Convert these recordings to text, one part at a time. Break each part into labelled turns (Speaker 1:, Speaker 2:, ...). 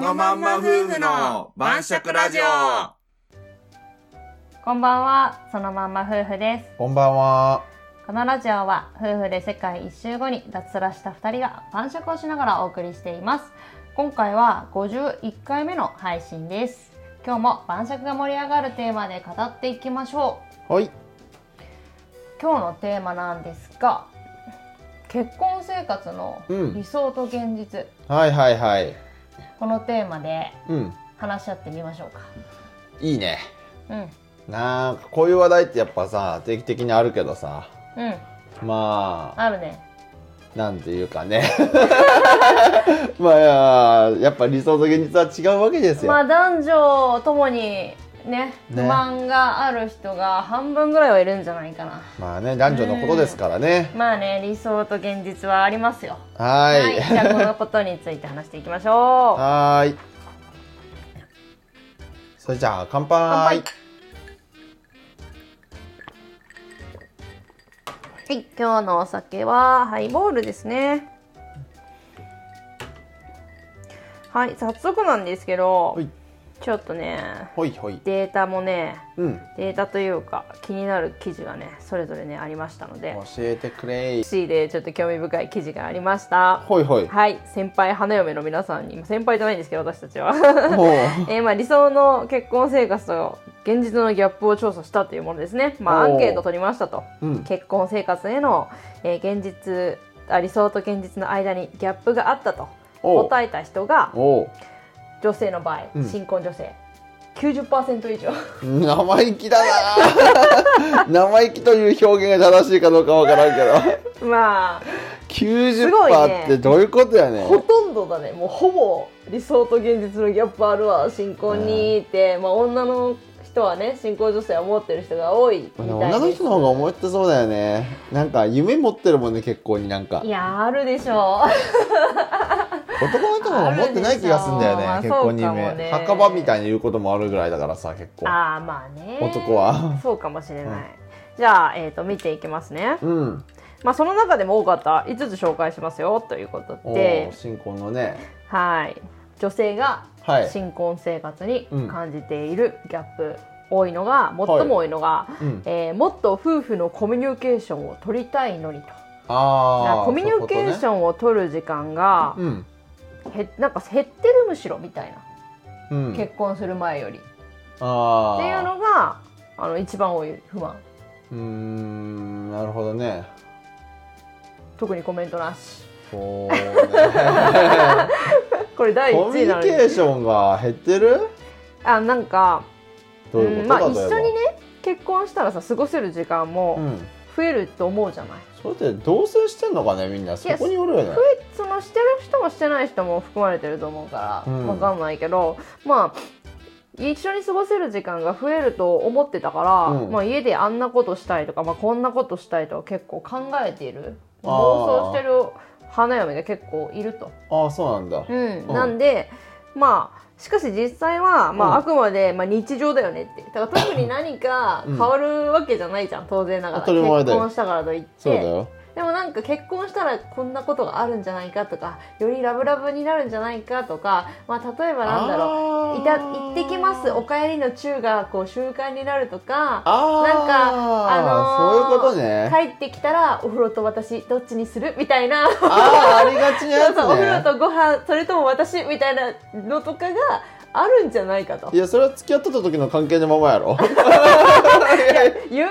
Speaker 1: のまんま夫婦の晩酌ラジオ
Speaker 2: こんばんは、そのまんま夫婦です。
Speaker 3: こんばんは。
Speaker 2: このラジオは夫婦で世界一周後に脱サラした2人が晩酌をしながらお送りしています。今回は51回目の配信です。今日も晩酌が盛り上がるテーマで語っていきましょう。
Speaker 3: はい。
Speaker 2: 今日のテーマなんですが、結婚生活の
Speaker 3: うん
Speaker 2: 理想と現実、
Speaker 3: はいはいはい。
Speaker 2: このテーマで
Speaker 3: うん。
Speaker 2: 話し合ってみましょうか。
Speaker 3: いいね。
Speaker 2: うん、
Speaker 3: なんかこういう話題ってやっぱさ、定期的にあるけどさ、
Speaker 2: うん、
Speaker 3: まあ、
Speaker 2: あるね。
Speaker 3: なんていうか ね。まあ、やっぱ理想と現実は違うわけですよ。
Speaker 2: まあ男女ともにね不
Speaker 3: ね
Speaker 2: 満がある人が半分ぐらいはいるんじゃないかな
Speaker 3: まあね、男女のことですからね。
Speaker 2: まあね理想と現実はありますよ
Speaker 3: はーい。
Speaker 2: じゃあこのことについて話していきましょ う
Speaker 3: はーい。それじゃあ、乾杯。
Speaker 2: 乾杯はい今日のお酒はハイボールですねはい早速なんですけど、
Speaker 3: はい
Speaker 2: ちょっとね
Speaker 3: ほいほい。
Speaker 2: データもね
Speaker 3: うん。
Speaker 2: データというか気になる記事がねそれぞれねありましたので
Speaker 3: 教えてくれい。
Speaker 2: C でちょっと興味深い記事がありました
Speaker 3: ほいほい。
Speaker 2: はい先輩花嫁の皆さんに先輩じゃないんですけど私たち は
Speaker 3: もう。
Speaker 2: えーまあ、理想の結婚生活と現実のギャップを調査したというものですね、まあ、ア
Speaker 3: おー
Speaker 2: ンケートを取りましたと、
Speaker 3: うん
Speaker 2: 結婚生活への、えー現実あ理想と現実の間にギャップがあったと
Speaker 3: おう
Speaker 2: 答えた人が
Speaker 3: おう。
Speaker 2: 女性の場合、
Speaker 3: うん
Speaker 2: 新婚女性90%以上
Speaker 3: 生意気だな ぁ生意気という表現が正しいかどうかわからんけど
Speaker 2: まあ
Speaker 3: 90%
Speaker 2: ごい
Speaker 3: パ
Speaker 2: ね
Speaker 3: ーってどういうことやね
Speaker 2: ほとんどだねもうほぼ理想と現実のギャップあるわ新婚にって、まあ、女の人はね新婚女性は思ってる人が多いみたいです
Speaker 3: 女の人の方が思ってそうだよねなんか夢持ってるもんね結婚になんか
Speaker 2: いやあるでしょ
Speaker 3: 男の人の方が持ってない気がするんだよね
Speaker 2: あるでし
Speaker 3: 結
Speaker 2: ょう
Speaker 3: 婚に
Speaker 2: まあそうか
Speaker 3: 夢、
Speaker 2: もね
Speaker 3: 墓場みたいに言うこともあるぐらいだからさ結
Speaker 2: う
Speaker 3: 構
Speaker 2: ああまあね
Speaker 3: 男は
Speaker 2: そうかもしれない、じゃあ、えー、と見ていきますね、
Speaker 3: うん
Speaker 2: まあ、その中でも多かった5つ紹介しますよということ
Speaker 3: お
Speaker 2: で
Speaker 3: お新婚のね
Speaker 2: はい女性が
Speaker 3: はい
Speaker 2: 新婚生活に
Speaker 3: うん
Speaker 2: 感じているギャップ、多いのが最も多いのが、
Speaker 3: うん
Speaker 2: えーもっと夫婦のコミュニケーションを取りたいのにとだか
Speaker 3: あ
Speaker 2: ら
Speaker 3: あ
Speaker 2: コミュニケーシ
Speaker 3: ン
Speaker 2: ョンを取る時間が
Speaker 3: うん
Speaker 2: へなんか減ってるむしろみたい
Speaker 3: う
Speaker 2: な、
Speaker 3: ん
Speaker 2: 結婚する前よりって
Speaker 3: ああ
Speaker 2: いうのがあの一番多い不満
Speaker 3: うーんなるほどね
Speaker 2: 特にコメントなし
Speaker 3: そうね
Speaker 2: これ第
Speaker 3: コミ
Speaker 2: 1位な
Speaker 3: ュ
Speaker 2: の
Speaker 3: ニ
Speaker 2: に
Speaker 3: ケーションが減ってる
Speaker 2: あなんか
Speaker 3: どういう
Speaker 2: う
Speaker 3: こ
Speaker 2: んま
Speaker 3: と
Speaker 2: あ
Speaker 3: だ
Speaker 2: 一緒にね結婚したらさ過ごせる時間
Speaker 3: う
Speaker 2: も
Speaker 3: ん。
Speaker 2: 増えると思うじゃない、
Speaker 3: それって同棲してんのかねみんなそこによるよね
Speaker 2: 増えそのしてる人もしてない人も含まれてると思うから、
Speaker 3: うん
Speaker 2: わかんないけどまあ一緒に過ごせる時間が増えると思ってたから、
Speaker 3: うん
Speaker 2: まあ、家であんなことしたいとか、まあ、こんなことしたいとは結構考えている妄
Speaker 3: あー
Speaker 2: 想してる花嫁が結構いると。
Speaker 3: ああそうなんだ
Speaker 2: うん
Speaker 3: ん
Speaker 2: なんでまあしかし実際は、
Speaker 3: う
Speaker 2: ま
Speaker 3: ん
Speaker 2: あ、あくまで、まあ、日常だよねってだから特に何か
Speaker 3: うん
Speaker 2: 変わるわけじゃないじゃん、当然ながら
Speaker 3: 当たり前だ
Speaker 2: 結
Speaker 3: よ
Speaker 2: 婚したからといっ
Speaker 3: そうだ
Speaker 2: て
Speaker 3: よ
Speaker 2: でもなんか結婚したらこんなことがあるんじゃないかとかよりラブラブになるんじゃないかとか、まあ、例えばなんだろう「いた行ってきますおかえりの中」がこう習慣になるとか
Speaker 3: あー
Speaker 2: なんかあ
Speaker 3: そ
Speaker 2: のー
Speaker 3: ういうことね
Speaker 2: 帰ってきたらお風呂と私どっちにするみたいな。
Speaker 3: ああありがちな
Speaker 2: そう
Speaker 3: やつ
Speaker 2: そうお風呂
Speaker 3: ね
Speaker 2: とご飯それとも私みたいなのとかがあるんじゃないかと
Speaker 3: いやそれは付き合ってた時の関係のままや ろ
Speaker 2: 夢見る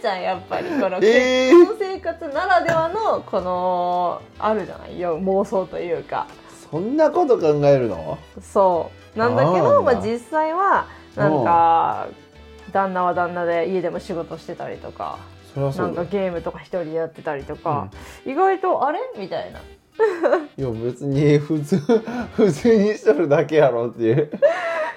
Speaker 2: じゃんやっぱりこの結
Speaker 3: ええ
Speaker 2: 婚生活ならではのこのあるじゃないよ妄想というか
Speaker 3: そんなこと考えるの
Speaker 2: そうなんだけ
Speaker 3: あ
Speaker 2: ど
Speaker 3: ー
Speaker 2: まあ、実際はなんか旦那は旦那で家でも仕事してたりとか
Speaker 3: それはそ
Speaker 2: なん
Speaker 3: うだ
Speaker 2: か
Speaker 3: よ
Speaker 2: ゲームとか一人でやってたりとか、意外とあれみたいない
Speaker 3: や別に普通 普通にしとるだけやろっていう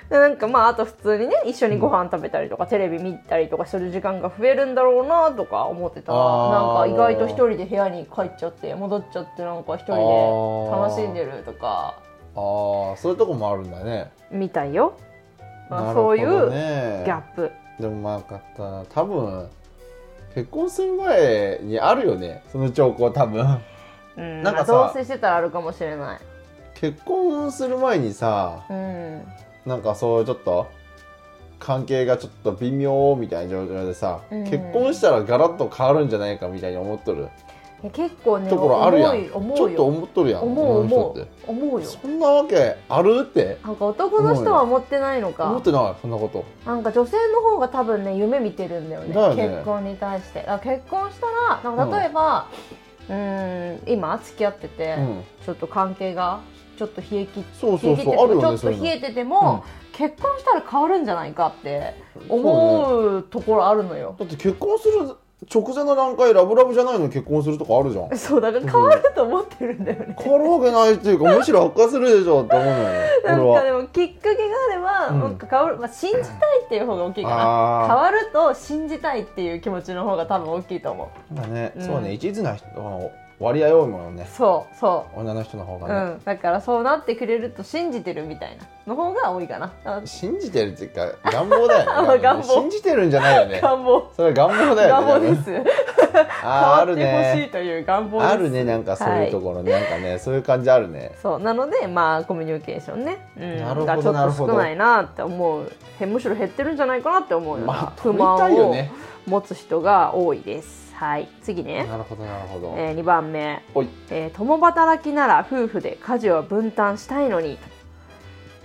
Speaker 2: でなんかまああと普通にね一緒にご飯食べたりとか、テレビ見たりとかする時間が増えるんだろうなとか思ってたらな
Speaker 3: あ
Speaker 2: んか
Speaker 3: ー
Speaker 2: 意外と一人で部屋に帰っちゃって戻っちゃってなんか一
Speaker 3: あ
Speaker 2: 人で
Speaker 3: ー
Speaker 2: 楽しんでるとか
Speaker 3: ああそういうとこもあるんだね
Speaker 2: みたいよ、まあ
Speaker 3: なる
Speaker 2: そ
Speaker 3: ほ
Speaker 2: ういう
Speaker 3: ど
Speaker 2: ギ
Speaker 3: ね
Speaker 2: ャップ
Speaker 3: でもまあかったな多分結婚する前にあるよねその兆候多分
Speaker 2: うん
Speaker 3: な
Speaker 2: なん
Speaker 3: か
Speaker 2: んか
Speaker 3: さ
Speaker 2: 同棲してたらあるかもしれない
Speaker 3: 結婚する前にさ
Speaker 2: うん
Speaker 3: なんかそうちょっと関係がちょっと微妙みたいな状況でさ、
Speaker 2: うん
Speaker 3: 結婚したらガラッと変わるんじゃないかみたいに思っとる
Speaker 2: いや結構ね
Speaker 3: ところあるやんち
Speaker 2: 思うよ思
Speaker 3: ょ
Speaker 2: う
Speaker 3: っと思
Speaker 2: よ
Speaker 3: っとるやん
Speaker 2: 思
Speaker 3: こ
Speaker 2: う
Speaker 3: の
Speaker 2: 思
Speaker 3: 人っ
Speaker 2: う
Speaker 3: て
Speaker 2: 思うよ
Speaker 3: そんなわけあるって
Speaker 2: なんか男の人は思ってないの
Speaker 3: 思っ
Speaker 2: か
Speaker 3: てないそんなこと
Speaker 2: なんか女性の方が多分ね夢見てるんだよね
Speaker 3: だよね
Speaker 2: 結婚に対してだから結婚したらなんか例えば、うーん今付き合ってて、
Speaker 3: うん
Speaker 2: ちょっと関係がちょっと冷え切っ
Speaker 3: そうそう
Speaker 2: 冷え切って
Speaker 3: そ
Speaker 2: て
Speaker 3: うあるよね
Speaker 2: ちょっと冷えてて
Speaker 3: そういう
Speaker 2: も
Speaker 3: の、
Speaker 2: 結婚したら変わるんじゃないかって
Speaker 3: そうね
Speaker 2: 思うところあるのよ
Speaker 3: だって結婚する直前の段階ラブラブじゃないのに結婚するとかあるじゃん
Speaker 2: そうだから変わると思ってるんだよね、
Speaker 3: 変わるわけないっていうかむしろ悪化するでしょって思うのよね
Speaker 2: な
Speaker 3: 俺
Speaker 2: んか
Speaker 3: は
Speaker 2: でもきっかけがあれば、
Speaker 3: うん
Speaker 2: なんか変わる、まあ、信じたいっていう方が大きいかな変
Speaker 3: あ
Speaker 2: わると信じたいっていう気持ちの方が多分大きいと思う
Speaker 3: あだね、
Speaker 2: うん
Speaker 3: そうね一途な人の割合多いもんね
Speaker 2: そうそ
Speaker 3: 女の人の方
Speaker 2: う、
Speaker 3: がね、
Speaker 2: うんだからそうなってくれると信じてるみたいなの方が多いかなあ
Speaker 3: 信じてるっていうか願望だ よ
Speaker 2: あ
Speaker 3: ね
Speaker 2: 願望
Speaker 3: 信じてるんじゃないよね
Speaker 2: 願望
Speaker 3: それは願望だ
Speaker 2: 願
Speaker 3: よ
Speaker 2: 望
Speaker 3: ね
Speaker 2: です変
Speaker 3: あー
Speaker 2: わ
Speaker 3: あ
Speaker 2: っ
Speaker 3: る
Speaker 2: てほしい
Speaker 3: ね
Speaker 2: という願望です
Speaker 3: あるねなんかそういうところ、なんかねそういう感じあるね
Speaker 2: そうなのでまあコミュニケーションね、うん、
Speaker 3: なるほど
Speaker 2: がちょ
Speaker 3: なる
Speaker 2: っと
Speaker 3: ほ
Speaker 2: 少
Speaker 3: ど
Speaker 2: ないなって思うへむしろ減ってるんじゃないかなって思うような、
Speaker 3: まあ
Speaker 2: 不
Speaker 3: 取りた
Speaker 2: 満
Speaker 3: いよ
Speaker 2: を
Speaker 3: ね
Speaker 2: 持つ人が多いですはい次ね、
Speaker 3: なるほどなるほど、
Speaker 2: えー、2番目
Speaker 3: おい
Speaker 2: えー共働きなら夫婦で家事を分担したいのに、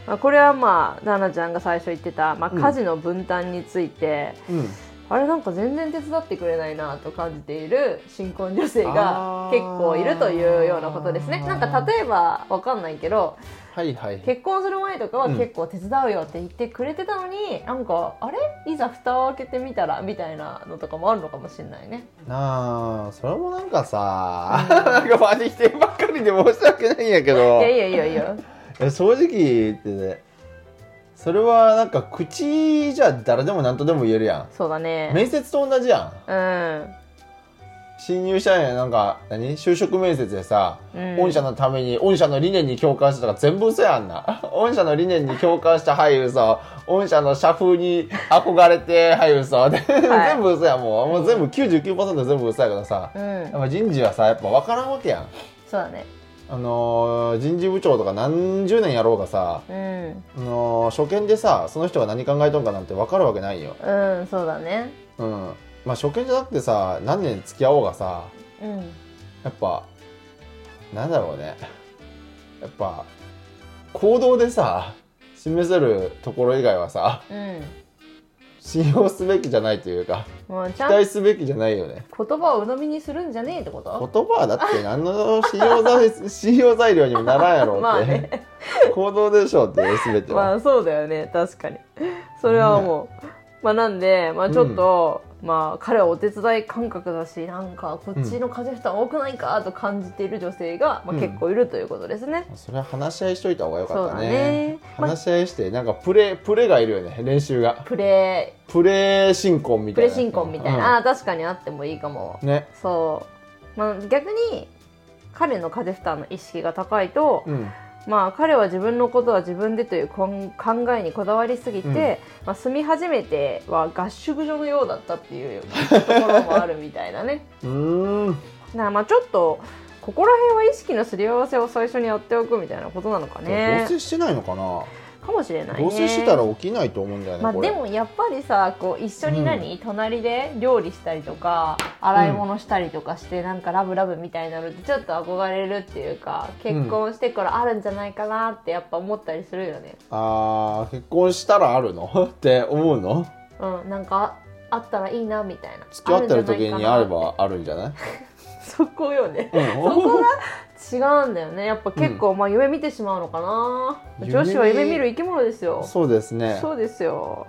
Speaker 2: まあ、これはまあ奈々ちゃんが最初言ってた、まあ、
Speaker 3: うん
Speaker 2: 家事の分担について、
Speaker 3: うん
Speaker 2: あれなんか全然手伝ってくれないなと感じている新婚女性が
Speaker 3: あー
Speaker 2: 結構いるというようなことですねなんか例えばわかんないけど
Speaker 3: はいはい
Speaker 2: 結婚する前とかは
Speaker 3: うん
Speaker 2: 結構手伝うよって言ってくれてたのに、なんかあれいざ蓋を開けてみたらみたいなのとかもあるのかもしれないね
Speaker 3: なあそれもなんかさ、なんかマジ否定ばっかりで申し訳ないんやけ
Speaker 2: い
Speaker 3: ど
Speaker 2: やいやいやいや
Speaker 3: え正直言ってねそれはなんか口じゃ誰でも何とでも言えるや
Speaker 2: そうだ
Speaker 3: ん
Speaker 2: ね
Speaker 3: 面接と同じやん
Speaker 2: うん
Speaker 3: 新入社員なんか何就職面接でさ、
Speaker 2: うん
Speaker 3: 御社のために御社の理念に共感したとか全部嘘やんな 御社の理念に共感した俳優さ御社の社風に憧れて俳優さで全部嘘やんもうもう全部99%全部嘘やからさ、
Speaker 2: うん
Speaker 3: やっぱ人事はさやっぱ分からんわけやん
Speaker 2: そうだね。
Speaker 3: あのー人事部長とか何十年やろうがさ、あ
Speaker 2: う
Speaker 3: のー初見でさその人が何考えとんかなんて分かるわけないよ、
Speaker 2: ん、うん、そうだね。
Speaker 3: うんまあ、初見じゃなくてさ何年付き合おうがさ
Speaker 2: うん、
Speaker 3: やっぱなんだろうねやっぱ行動でさ示せるところ以外はさ
Speaker 2: うん、
Speaker 3: 信用すべきじゃないというか
Speaker 2: もうち
Speaker 3: 期
Speaker 2: ゃんと
Speaker 3: 待すべきじゃないよね
Speaker 2: 言葉を鵜呑みにするんじゃねえってこと。
Speaker 3: 言葉はだって何の信用 材信用材料にもならんやろ
Speaker 2: まあ
Speaker 3: うって、
Speaker 2: ね、
Speaker 3: 行動でしょうって全て
Speaker 2: ま
Speaker 3: は、
Speaker 2: あ、そうだよね、確かに。 それはもう、まあ、なんで、まあ、ちょっと。まあ、彼はお手伝い感覚だしなんかこっちの風邪負担多くないかと感じている女性が、まあ、
Speaker 3: うん
Speaker 2: 結構いるということですね。
Speaker 3: それは話し合いしといた方がよかったね
Speaker 2: そうだね
Speaker 3: 話し合いしてなんかプレプレがいるよね練習が
Speaker 2: プレ
Speaker 3: プレ新婚み
Speaker 2: プ
Speaker 3: たい
Speaker 2: レ
Speaker 3: な
Speaker 2: 新婚みたいな、ああー確かにあってもいいかも。
Speaker 3: うんね
Speaker 2: そう、まあ、逆に彼の風邪負担の意識が高いと、
Speaker 3: うん
Speaker 2: まあ、彼は自分のことは自分でというこん考えにこだわりすぎて、
Speaker 3: うん
Speaker 2: まあ、住み始めては合宿所のようだったっていうところもあるみたいなね
Speaker 3: うーん
Speaker 2: だからまあちょっとここら辺は意識のすり合わせを最初にやっておくみたいなことなのかね
Speaker 3: 同棲してないのかな
Speaker 2: かもしれないね
Speaker 3: 同棲してたら起きないと思うんだよね、
Speaker 2: まあ、
Speaker 3: これ
Speaker 2: でもやっぱりさこう一緒に何、隣で料理したりとか洗い物したりとかして、なんかラブラブみたいなのってちょっと憧れるっていうか結婚してからあるんじゃないかなってやっぱ思ったりするよね。
Speaker 3: あー結婚したらあるの って思うの
Speaker 2: うん、なんかあったらいいなみたいな
Speaker 3: 付き合ってる時
Speaker 2: んじゃない
Speaker 3: に
Speaker 2: かな
Speaker 3: あればあるんじゃない
Speaker 2: そこよね
Speaker 3: うん
Speaker 2: 違うんだよねやっぱ結構、まあ夢見てしまうのかな
Speaker 3: 夢見
Speaker 2: 女子は夢見る生き物ですよ
Speaker 3: そうですね
Speaker 2: そうで すよ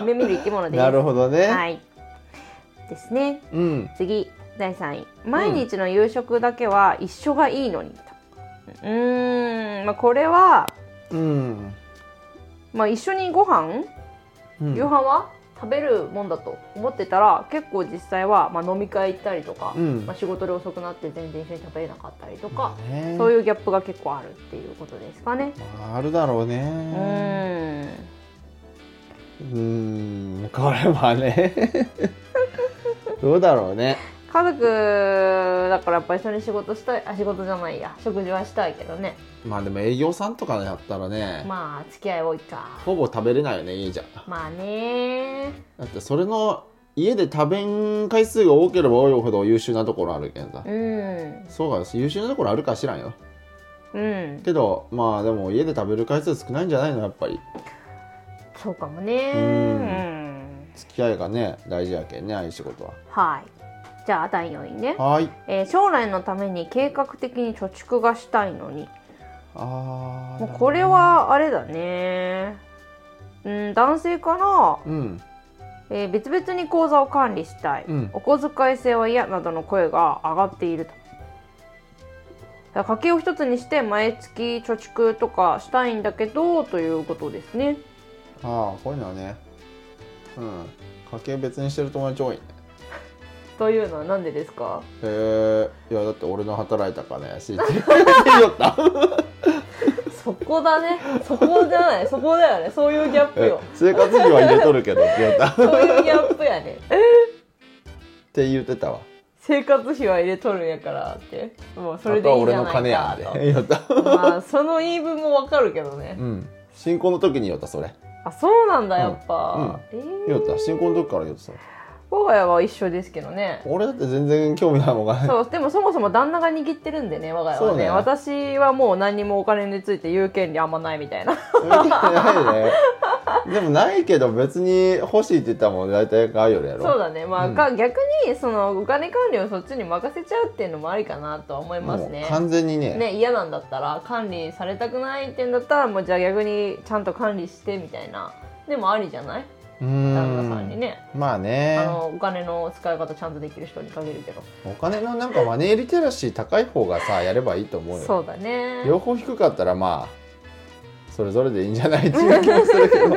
Speaker 2: 夢見る生き物です
Speaker 3: なるほどね、
Speaker 2: はいですね
Speaker 3: うん
Speaker 2: 次第3位毎日の夕食だけは一緒がいいのにとうーん、まあ、これは、
Speaker 3: うん、
Speaker 2: まあ、一緒にご飯
Speaker 3: うん
Speaker 2: 夕飯は食べるもんだと思ってたら結構実際は、まあ、飲み会行ったりとか、
Speaker 3: うん
Speaker 2: まあ、仕事で遅くなって全然一緒に食べれなかったりとか、
Speaker 3: ね
Speaker 2: そういうギャップが結構あるっていうことですかね。
Speaker 3: まああるだろう
Speaker 2: う
Speaker 3: ね
Speaker 2: ーん
Speaker 3: うーんこれはねどうだろうね
Speaker 2: 家族だからやっぱ一緒に仕事したいあ仕事じゃないや食事はしたいけどね
Speaker 3: まあでも営業さんとかやったらね、
Speaker 2: まあ付き合い多いか
Speaker 3: ほぼ食べれないよね家じゃ
Speaker 2: まあね
Speaker 3: だってそれの家で食べん回数が多ければ多いほど優秀なところあるけんさ、
Speaker 2: うん
Speaker 3: そうか優秀なところあるか知らんよ
Speaker 2: うん
Speaker 3: けどまあでも家で食べる回数少ないんじゃないのやっぱり
Speaker 2: そうかもね
Speaker 3: う
Speaker 2: うんん、
Speaker 3: 付き合いがね大事やけんねああいう仕事は
Speaker 2: はいじゃあ第4位ね、
Speaker 3: はーい
Speaker 2: えー将来のために計画的に貯蓄がしたいのに
Speaker 3: あ
Speaker 2: もう
Speaker 3: ー
Speaker 2: これはあれだねうん男性かな
Speaker 3: うん
Speaker 2: えー別々に口座を管理したい、
Speaker 3: うん
Speaker 2: お小遣い制は嫌などの声が上がっているとだから家計を一つにして毎月貯蓄とかしたいんだけどということですね
Speaker 3: ああこういうのはねうん家計別にしてる友達多いね
Speaker 2: というのはなんでですか
Speaker 3: へえいやだって俺の働いた金 やしって言った
Speaker 2: そこだねそこじゃないそこだよねそういうギャップ よ
Speaker 3: 生活費は入れとるけどって言ったっ
Speaker 2: そういうギャップやね
Speaker 3: て言ってたわ
Speaker 2: 生活費は入れとるんやからってもうそれ
Speaker 3: あと
Speaker 2: で
Speaker 3: はい
Speaker 2: いじ
Speaker 3: 俺
Speaker 2: ゃ
Speaker 3: の
Speaker 2: ない
Speaker 3: 金や
Speaker 2: か
Speaker 3: で
Speaker 2: と
Speaker 3: 言った
Speaker 2: まあその言い分もわかるけどね
Speaker 3: うん新婚の時に言ったそれ
Speaker 2: あそうなんだやっぱ、えー
Speaker 3: 言った新婚の時から言ったそれ
Speaker 2: 我が家は一緒ですけどね
Speaker 3: 俺だって全然興味ないもんが
Speaker 2: そうでもそもそも旦那が握ってるんでね我が家は
Speaker 3: そう
Speaker 2: ね
Speaker 3: ね
Speaker 2: 私はもう何にもお金について言う権利あんまないみたいな
Speaker 3: ないねでもないけど別に欲しいって言ったらもん大体買うよりやろ
Speaker 2: そうだねまあ、
Speaker 3: うん
Speaker 2: か逆にそのお金管理をそっちに任せちゃうっていうのもありかなとは思います
Speaker 3: も
Speaker 2: ね
Speaker 3: う完全にね
Speaker 2: ね嫌なんだったら管理されたくないってんだったらもうじゃあ逆にちゃんと管理してみたいなでもありじゃないう旦那さんに
Speaker 3: ん
Speaker 2: ね
Speaker 3: まあ
Speaker 2: あ
Speaker 3: ね
Speaker 2: のお金の使い方ちゃんとできる人に限るけど
Speaker 3: お金のなんかマネーリテラシー高い方がさやればいいと思うよ
Speaker 2: そうだね
Speaker 3: 両方低かったらまあそれぞれでいいんじゃないっていう気もする けど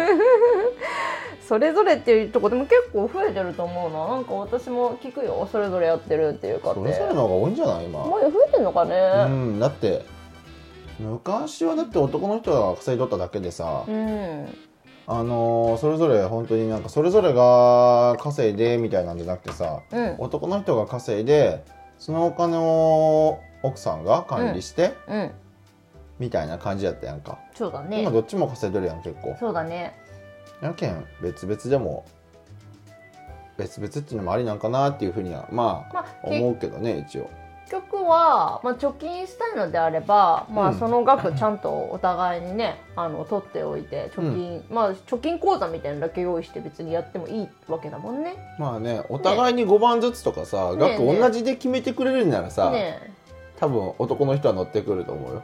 Speaker 2: それぞれっていうとこでも結構増えてると思うななんか私も聞くよそれぞれやってるっていうかって
Speaker 3: それぞれの方が多いんじゃない今
Speaker 2: もう増えてんのか
Speaker 3: う
Speaker 2: ね
Speaker 3: んだって昔はだって男の人が稼いとっただけでさ、
Speaker 2: うん、
Speaker 3: あのーそれぞれ本当になんかそれぞれが稼いでみたいなんじゃなくてさ
Speaker 2: うん
Speaker 3: 男の人が稼いでそのお金を奥さんが管理して、
Speaker 2: うん
Speaker 3: みたいな感じやったやんか
Speaker 2: そうだね
Speaker 3: 今どっちも稼いでるやん結構
Speaker 2: そうだね
Speaker 3: やけん別々でも別々っていうのもありなんかなっていうふうにはまあ
Speaker 2: まあ
Speaker 3: 思
Speaker 2: 結
Speaker 3: うけどね一応
Speaker 2: 局は、まあ、貯金したいのであれば、ま
Speaker 3: う
Speaker 2: あ、
Speaker 3: ん
Speaker 2: その額ちゃんとお互いにねあの取っておいて貯金、まあ貯金口座みたいなのだけ用意して別にやってもいいわけだもんね
Speaker 3: まあねお互いに5番ずつとかさ、
Speaker 2: ね
Speaker 3: 額同じで決めてくれるんならさ、
Speaker 2: ねえ
Speaker 3: 多分男の人は乗ってくると思うよ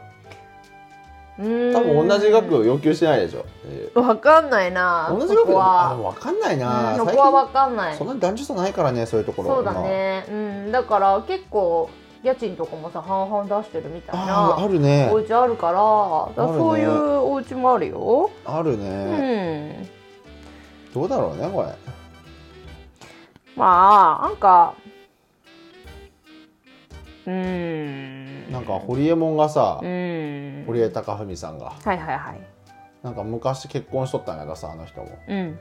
Speaker 2: うーん
Speaker 3: 多分同じ額を要求してないでしょ、え
Speaker 2: わかんないな
Speaker 3: ー同じ額
Speaker 2: そこ
Speaker 3: あ
Speaker 2: は
Speaker 3: 分かんないな、
Speaker 2: うんそ
Speaker 3: 最
Speaker 2: こは
Speaker 3: 近
Speaker 2: わかんない
Speaker 3: そんなに男女差ないからねそういうところ
Speaker 2: そうだねうんだから結構家賃とかもさ半々出してるみたい
Speaker 3: 今
Speaker 2: な
Speaker 3: あーあるね
Speaker 2: お家あるからだからそういう
Speaker 3: あるね
Speaker 2: お家もあるよ、
Speaker 3: あるね、どうだろうねこれ
Speaker 2: うんまあなんかうん
Speaker 3: なんか堀エモ門がさ、
Speaker 2: うん
Speaker 3: 堀江貴文さんが
Speaker 2: はいはいはい
Speaker 3: なんか昔結婚しとったんやけどさあの人も
Speaker 2: うん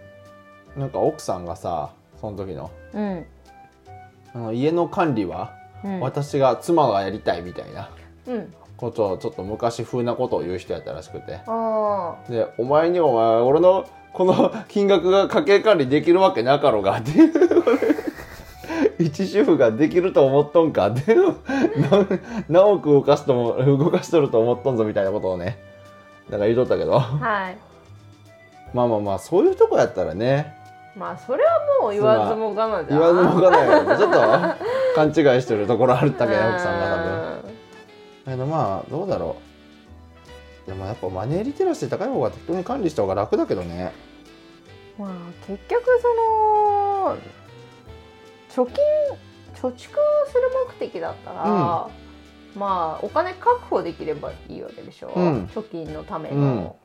Speaker 3: なんか奥さんがさその時の
Speaker 2: うん
Speaker 3: あの家の管理は
Speaker 2: うん
Speaker 3: 私が妻がやりたいみたいな
Speaker 2: うん
Speaker 3: ことをちょっと昔風なことを言う人やったらしくて
Speaker 2: あ
Speaker 3: でお前にお前俺のこの金額が家計管理できるわけなかろうがっていう 一主婦ができると思っとんかっていう何何億動かすとも動かしとると思っとんぞみたいなことをねなんか言うとったけど
Speaker 2: あはい
Speaker 3: まあまあまあそういうとこやったらね
Speaker 2: まあそれはもう言わずもがなじ
Speaker 3: 言
Speaker 2: ゃ
Speaker 3: わずもがないよねちょっと勘違いしてるところあるだけ奥さんが多分。
Speaker 2: 分
Speaker 3: だけどまあどうだろうでもやっぱマネーリテラシー高い方が適当に管理した方が楽だけどね
Speaker 2: まあ結局その貯金貯蓄する目的だったら、まあお金確保できればいいわけでしょ、
Speaker 3: うん
Speaker 2: 貯金のための、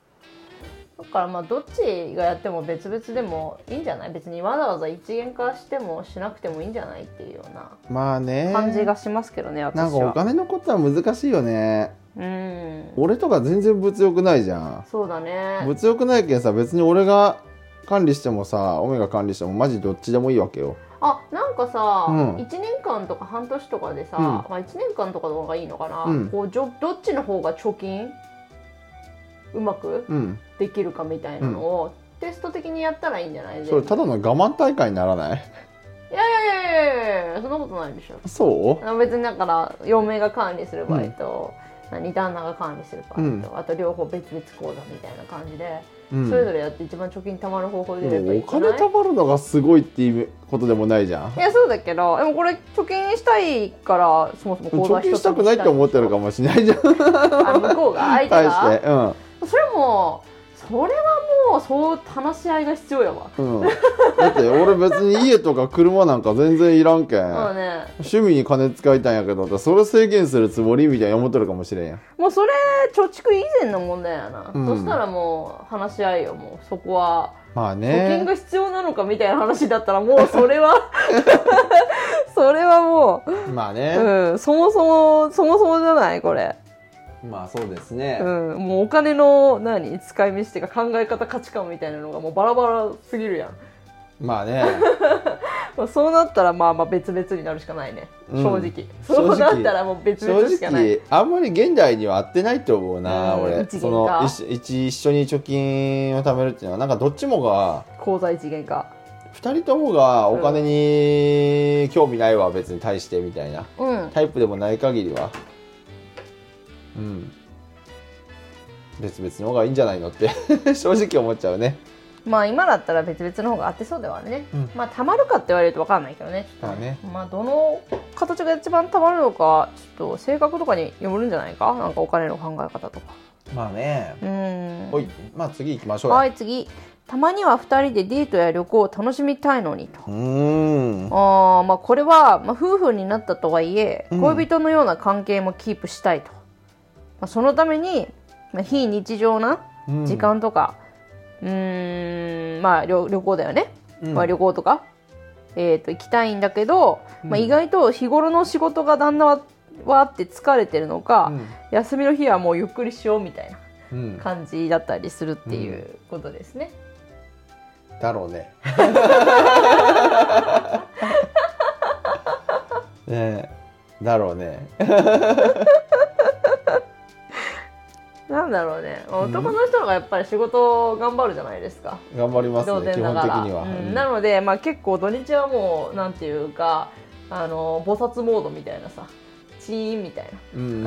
Speaker 2: だからまあどっちがやっても別々でもいいんじゃない別にわざわざ一元化してもしなくてもいいんじゃないっていうような
Speaker 3: まあね
Speaker 2: 感じがしますけどね、私
Speaker 3: なんかお
Speaker 2: は
Speaker 3: 金のことは難しいよね
Speaker 2: うん
Speaker 3: 俺とか全然物欲ないじゃん
Speaker 2: そうだね
Speaker 3: 物欲ないけんさ別に俺が管理してもさオメが管理してもマジどっちでもいいわけよ
Speaker 2: あなんなんかさ、
Speaker 3: うん
Speaker 2: 1年間とか半年とかでさ、
Speaker 3: うん
Speaker 2: まあ、1年間とかの方がいいのかな、
Speaker 3: うん
Speaker 2: こうじょどっちの方が貯金うまく
Speaker 3: うん
Speaker 2: できるかみたいなのを、テスト的にやったらいいんじゃない
Speaker 3: それただの我慢大会にならない
Speaker 2: いやいやいやいやいやそんなことないでしょ
Speaker 3: そ
Speaker 2: あの別にだから嫁が管理する場合と、何旦那が管理する場合と、
Speaker 3: うん
Speaker 2: あと両方別々口座みたいな感じで、
Speaker 3: う、うん、
Speaker 2: それぞれやって一番貯金貯まる方法でやれば
Speaker 3: も
Speaker 2: いうい
Speaker 3: お
Speaker 2: んじゃ
Speaker 3: 金
Speaker 2: ない
Speaker 3: 貯まるのがすごいっていうことでもないじゃん
Speaker 2: いやそうだけどでもこれ貯金したいからそもそも口座
Speaker 3: 貯金したくないって思ってるかもしれないじゃん
Speaker 2: あ向こうが相手
Speaker 3: 対
Speaker 2: が
Speaker 3: してうん
Speaker 2: それもそれはもうそう話し合いが必要やわ
Speaker 3: うん、だって俺別に家とか車なんか全然いらんけん、
Speaker 2: そうね
Speaker 3: 趣味に金使いたいんやけどってそれ制限するつもりみたいに思ってるかもしれんやん
Speaker 2: もうそれ貯蓄以前の問題やな、
Speaker 3: うん
Speaker 2: そしたらもう話し合いよもうそこは
Speaker 3: まあ
Speaker 2: 貯金
Speaker 3: ね
Speaker 2: が必要なのかみたいな話だったらもうそれは それはも
Speaker 3: まあ
Speaker 2: う、
Speaker 3: ね、
Speaker 2: うん、そもそもそもそもじゃないこれ、
Speaker 3: まあそうですね
Speaker 2: うん、もうお金の何使い道っていうか考え方価値観みたいなのがもうバラバラすぎるやん
Speaker 3: まあね
Speaker 2: まあそうなったらまあまあ別々になるしかないね、
Speaker 3: うん
Speaker 2: 正直
Speaker 3: 正直
Speaker 2: そうなったらもう別
Speaker 3: 正
Speaker 2: 々しかない
Speaker 3: 直あんまり現代には合ってないと思うな、
Speaker 2: うん
Speaker 3: 俺
Speaker 2: 一元化
Speaker 3: その一一一緒に貯金を貯めるっていうのはなんかどっちもが
Speaker 2: 口座一元化
Speaker 3: 2人ともがお金に興味ないわ別に対してみたいな
Speaker 2: うん
Speaker 3: タイプでもない限りはうん別々の方がいいんじゃないのって 正直思っちゃうね
Speaker 2: まあ今だったら別々の方が合ってそうではあるね、
Speaker 3: うん
Speaker 2: まあたまるかって言われると分かんないけどね
Speaker 3: まあね
Speaker 2: まあどの形が一番たまるのかちょっと性格とかによるんじゃないかなんかお金の考え方とか
Speaker 3: まあね
Speaker 2: うん
Speaker 3: いまあ次行きましょうよ
Speaker 2: はい次たまには2人でデートや旅行を楽しみたいのにと
Speaker 3: うーん
Speaker 2: あーまあこれは、まあ、夫婦になったとはいえ
Speaker 3: うん
Speaker 2: 恋人のような関係もキープしたいと、まあ、そのために、まあ、非日常な
Speaker 3: うん
Speaker 2: 時間とかうーんまあ旅旅行だよね、
Speaker 3: うん
Speaker 2: まあ、旅行とか、えー、と行きたいんだけど、まあ、意外と日頃の仕事が旦那ははあって疲れてるのか、
Speaker 3: うん
Speaker 2: 休みの日はもうゆっくりしようみたいな
Speaker 3: うん
Speaker 2: 感じだったりするっていうことですね。
Speaker 3: だろう ねねえだろうね
Speaker 2: なんだろうね男の人の方がやっぱり仕事を頑張るじゃないですか。
Speaker 3: 頑張ります
Speaker 2: 同
Speaker 3: ね基
Speaker 2: 点だ
Speaker 3: 本
Speaker 2: か
Speaker 3: 的
Speaker 2: ら、
Speaker 3: には、
Speaker 2: うん
Speaker 3: うん
Speaker 2: なので、まあ、結構土日はもうなんていうかあの菩薩モードみたいなさチーンみたいな
Speaker 3: うん、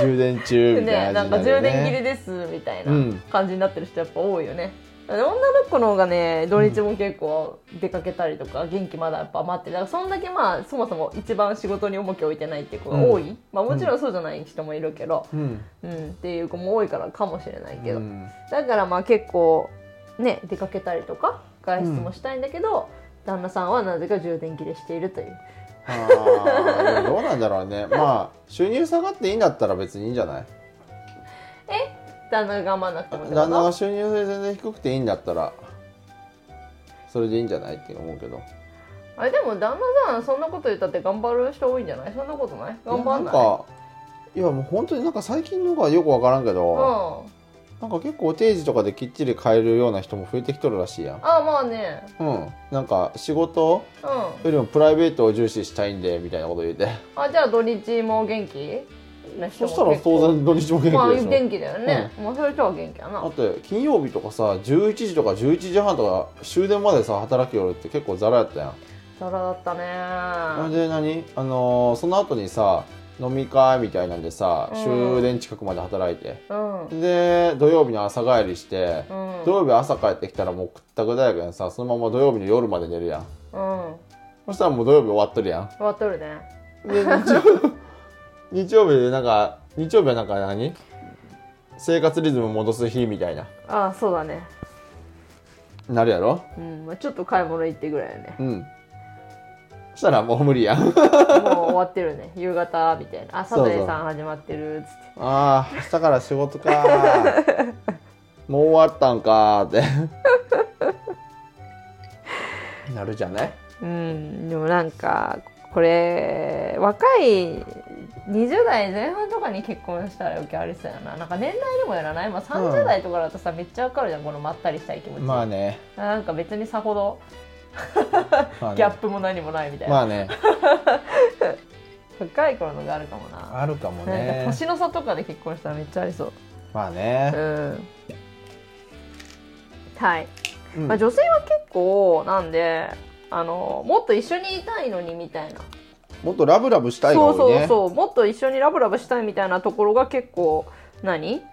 Speaker 3: 充電中みた
Speaker 2: ね
Speaker 3: いな
Speaker 2: なん
Speaker 3: 感じ
Speaker 2: か
Speaker 3: になるよね
Speaker 2: 充電切れですみたいな
Speaker 3: うん
Speaker 2: 感じになってる人やっぱ多いよね、女の子の方がね土日も結構出かけたりとか元気まだやっぱ待ってだからそんだけまあそもそも一番仕事に重きを置いてないっていう子が多い、まあもちろんそうじゃない人もいるけど、
Speaker 3: うん
Speaker 2: うん、っていう子も多いからかもしれないけど、
Speaker 3: うん
Speaker 2: だからまあ結構ね出かけたりとか外出もしたいんだけど、旦那さんはなぜか充電切れしているという
Speaker 3: ああどうなんだろうねまあ収入下がっていいんだったら別にいいんじゃない
Speaker 2: 旦那が頑張らなくてもってこと
Speaker 3: 旦那が収入全然低くていいんだったらそれでいいんじゃないって思うけど
Speaker 2: あれでも旦那さんそんなこと言ったって頑張る人多いんじゃないそんなことない頑張
Speaker 3: いやな
Speaker 2: ん
Speaker 3: ん
Speaker 2: ない
Speaker 3: かいやもう本当になんか最近のがよくわからんけ
Speaker 2: うん
Speaker 3: ど、なんか結構定時とかできっちり買えるような人も増えてきとるらしいやん
Speaker 2: ああまあね
Speaker 3: うんなんか仕事
Speaker 2: うん
Speaker 3: よりもプライベートを重視したいんでみたいなこと言うて
Speaker 2: あじゃあ土日も元気な
Speaker 3: そ
Speaker 2: 人も
Speaker 3: したら
Speaker 2: 結構
Speaker 3: 当然土日も元気でしょ、
Speaker 2: まあ元気だよね、まあそういう人は元気や
Speaker 3: だ
Speaker 2: な
Speaker 3: って金曜日とかさ11時とか11時半とか終電までさ働きよるって結構ザラやったやん、
Speaker 2: ザラだった
Speaker 3: ん、
Speaker 2: ね
Speaker 3: で何あのーその後にさ飲み会みたいなんでさ
Speaker 2: うん
Speaker 3: 終電近くまで働いて、
Speaker 2: うんうん
Speaker 3: で土曜日の朝帰りして、
Speaker 2: うん
Speaker 3: 土曜日朝帰ってきたらもうくったくだやけんさそのまま土曜日の夜まで寝るやん
Speaker 2: 終
Speaker 3: そしたらもう土曜日終わっとるやん
Speaker 2: わっとるね
Speaker 3: で日曜 日曜日でなんか日曜日はなんか何生活リズム戻す日みたいな
Speaker 2: ああそうだね
Speaker 3: なるやろ
Speaker 2: うんまあちょっと買い物行ってぐらいよね
Speaker 3: うんそしたらもう無理やん
Speaker 2: もう終わってる ね夕方みたいなあサ
Speaker 3: そうそう
Speaker 2: ザエさん始まってるっつって
Speaker 3: ああ明日から仕事か ーもう終わったんかーってなるじゃない
Speaker 2: うんでもなんかこれ若い20代前半とかに結婚したら余計ありそうやななんか年代でもやらない、まあ、
Speaker 3: うん
Speaker 2: 30代とかだとさ、めっちゃわかるじゃんこのまったりしたい気持ち、
Speaker 3: まあね
Speaker 2: なんか別にさほど
Speaker 3: まあ
Speaker 2: ギャ
Speaker 3: ね
Speaker 2: ップも何もないみたいな、
Speaker 3: まあね
Speaker 2: 深い頃のがあるかもな
Speaker 3: あるかも
Speaker 2: なんか
Speaker 3: ね
Speaker 2: 年の差とかで結婚したらめっちゃありそう
Speaker 3: まあ
Speaker 2: う
Speaker 3: ね、
Speaker 2: んはい、
Speaker 3: うん
Speaker 2: まあ、女性は結構なんであのもっと一緒にいたいのにみたいな
Speaker 3: もっとラブラブしたいが
Speaker 2: そ
Speaker 3: 多
Speaker 2: うそ
Speaker 3: いうね
Speaker 2: そうもっと一緒にラブラブしたいみたいなところが結構何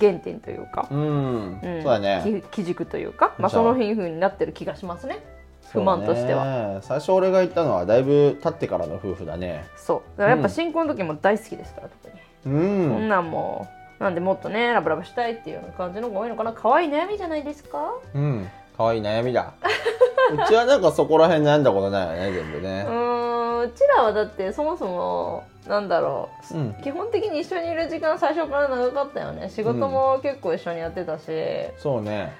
Speaker 2: 原点というか、
Speaker 3: うん、
Speaker 2: ん
Speaker 3: そうだね
Speaker 2: き基軸というか、まあ、
Speaker 3: そう
Speaker 2: その日風になってる気がしますね不満としては
Speaker 3: は最初俺が言ったのはだいぶ経ってからの夫婦だね
Speaker 2: そうだからやっぱ新婚の時も大好きですから特に、
Speaker 3: うん、
Speaker 2: そんなんもうなんでもっとねラブラブしたいっていうような感じの方が多いのかな可愛い悩みじゃないですか
Speaker 3: うん、可愛い悩みだうちはなんかそこら辺悩んだことないよね全部
Speaker 2: う
Speaker 3: ね
Speaker 2: ーんうちらはだってそもそもなんだろう
Speaker 3: うん
Speaker 2: 基本的に一緒にいる時間最初から長かったよね仕事も結構一緒にやってたし、
Speaker 3: そうね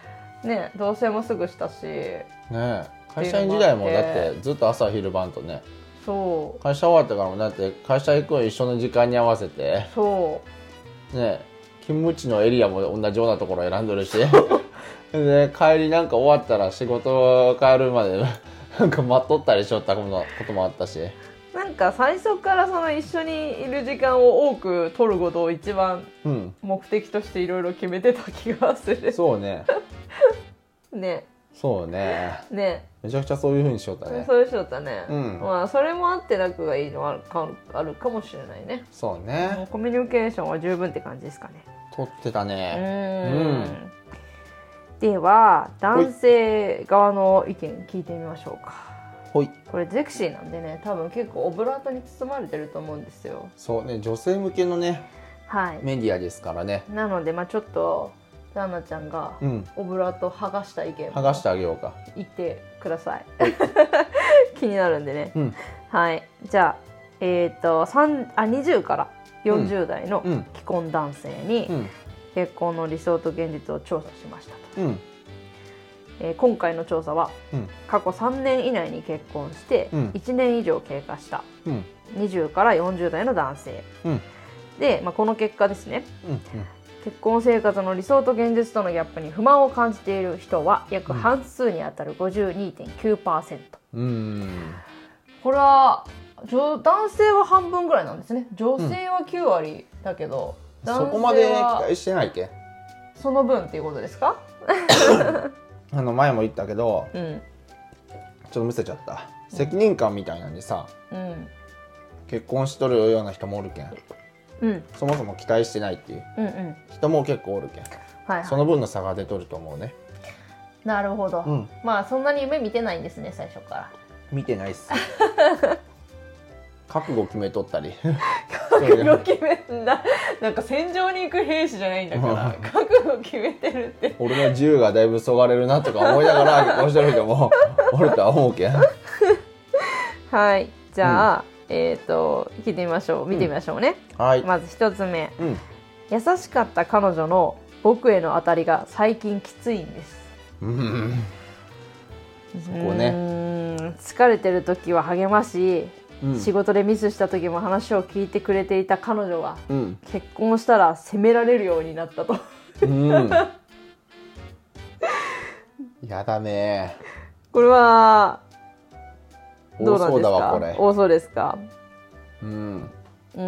Speaker 2: ね同棲もすぐしたし
Speaker 3: ねえ会社員時代も
Speaker 2: っていう
Speaker 3: だ
Speaker 2: のもあ
Speaker 3: っ
Speaker 2: って
Speaker 3: てずっと朝昼晩とね
Speaker 2: そう
Speaker 3: 会社終わってからもだって会社行くの一緒の時間に合わせて
Speaker 2: そう
Speaker 3: ね勤務地のエリアも同じようなところ選んで るしで帰りなんか終わったら仕事帰るまで なんか待っとったりしよったこともあったし
Speaker 2: なんか最初からその一緒にいる時間を多く取ることを一番
Speaker 3: うん
Speaker 2: 目的としていろいろ決めてた気がする
Speaker 3: そうね
Speaker 2: ね
Speaker 3: そうね
Speaker 2: ね
Speaker 3: めちゃくちゃそういうふうにしよったね
Speaker 2: そういう人だったね、
Speaker 3: うん
Speaker 2: まあそれもあって楽がいいのはあるかあるかもしれないね
Speaker 3: そうね
Speaker 2: コミュニケーションは十分って感じですかね
Speaker 3: 撮ってた
Speaker 2: う
Speaker 3: ね
Speaker 2: ーん
Speaker 3: うん
Speaker 2: では男性側の意見聞いてみましょうか
Speaker 3: ほい
Speaker 2: これゼクシーなんでね多分結構オブラートに包まれてると思うんですよ
Speaker 3: そうね女性向けのね
Speaker 2: はい
Speaker 3: メディアですからね
Speaker 2: なのでまあちょっとダンナちゃんが
Speaker 3: うん
Speaker 2: オブラートを剥がした意見
Speaker 3: 剥がしてあげようか
Speaker 2: 言ってください 気になるんでね、
Speaker 3: うん
Speaker 2: はいじゃあえっ、と3あ20から40代の
Speaker 3: うん
Speaker 2: 既婚男性に
Speaker 3: うん
Speaker 2: 結婚の理想と現実を調査しましたと、
Speaker 3: うん
Speaker 2: えー今回の調査は
Speaker 3: うん
Speaker 2: 過去3年以内に結婚して
Speaker 3: うん
Speaker 2: 1年以上経過した
Speaker 3: うん
Speaker 2: 20から40代の男性、
Speaker 3: うん
Speaker 2: で、まあ、この結果ですね
Speaker 3: うん
Speaker 2: 結婚生活の理想と現実とのギャップに不満を感じている人は約半数にあたる52.9%、
Speaker 3: うんうん
Speaker 2: これは女男性は半分ぐらいなんですね女性は9割だけど、
Speaker 3: そ
Speaker 2: 男
Speaker 3: こまで
Speaker 2: 性
Speaker 3: 期
Speaker 2: は
Speaker 3: 待してないけ
Speaker 2: その分っていうことですか
Speaker 3: あの前も言ったけど
Speaker 2: う
Speaker 3: ちょ
Speaker 2: ん
Speaker 3: っとむせちゃった責任感みたいなんでさ
Speaker 2: うん
Speaker 3: 結婚しとるような人もおるけん
Speaker 2: うん
Speaker 3: そもそも期待してないっていう
Speaker 2: うんうん
Speaker 3: 人も結構おるけん
Speaker 2: はい、
Speaker 3: そ
Speaker 2: は
Speaker 3: の分の差が出とると思うね
Speaker 2: い、なるほど、
Speaker 3: うん
Speaker 2: まあそんなに夢見てないんですね最初から
Speaker 3: 見てないっ す覚悟決めとったり
Speaker 2: 覚悟決めんだなんか戦場に行く兵士じゃないんだから
Speaker 3: う
Speaker 2: 覚悟決めてるって
Speaker 3: 俺の自由がだいぶそがれるなとか思いながら結婚してる人もおるとは思うけん
Speaker 2: はいじゃあ、えっ、と聞いてみましょう見てみましょうね、
Speaker 3: はい、
Speaker 2: まず一つ目
Speaker 3: うん
Speaker 2: 優しかった彼女の僕への当たりが最近きついんです
Speaker 3: うん
Speaker 2: そ
Speaker 3: こね
Speaker 2: 疲れてる時は励まし、
Speaker 3: うん
Speaker 2: 仕事でミスした時も話を聞いてくれていた彼女が
Speaker 3: うん
Speaker 2: 結婚したら責められるようになったと
Speaker 3: うんやだね
Speaker 2: これはど
Speaker 3: 多
Speaker 2: うな
Speaker 3: そ
Speaker 2: んで
Speaker 3: う
Speaker 2: す
Speaker 3: だわこ
Speaker 2: か
Speaker 3: れ
Speaker 2: 多そうですか
Speaker 3: うん
Speaker 2: う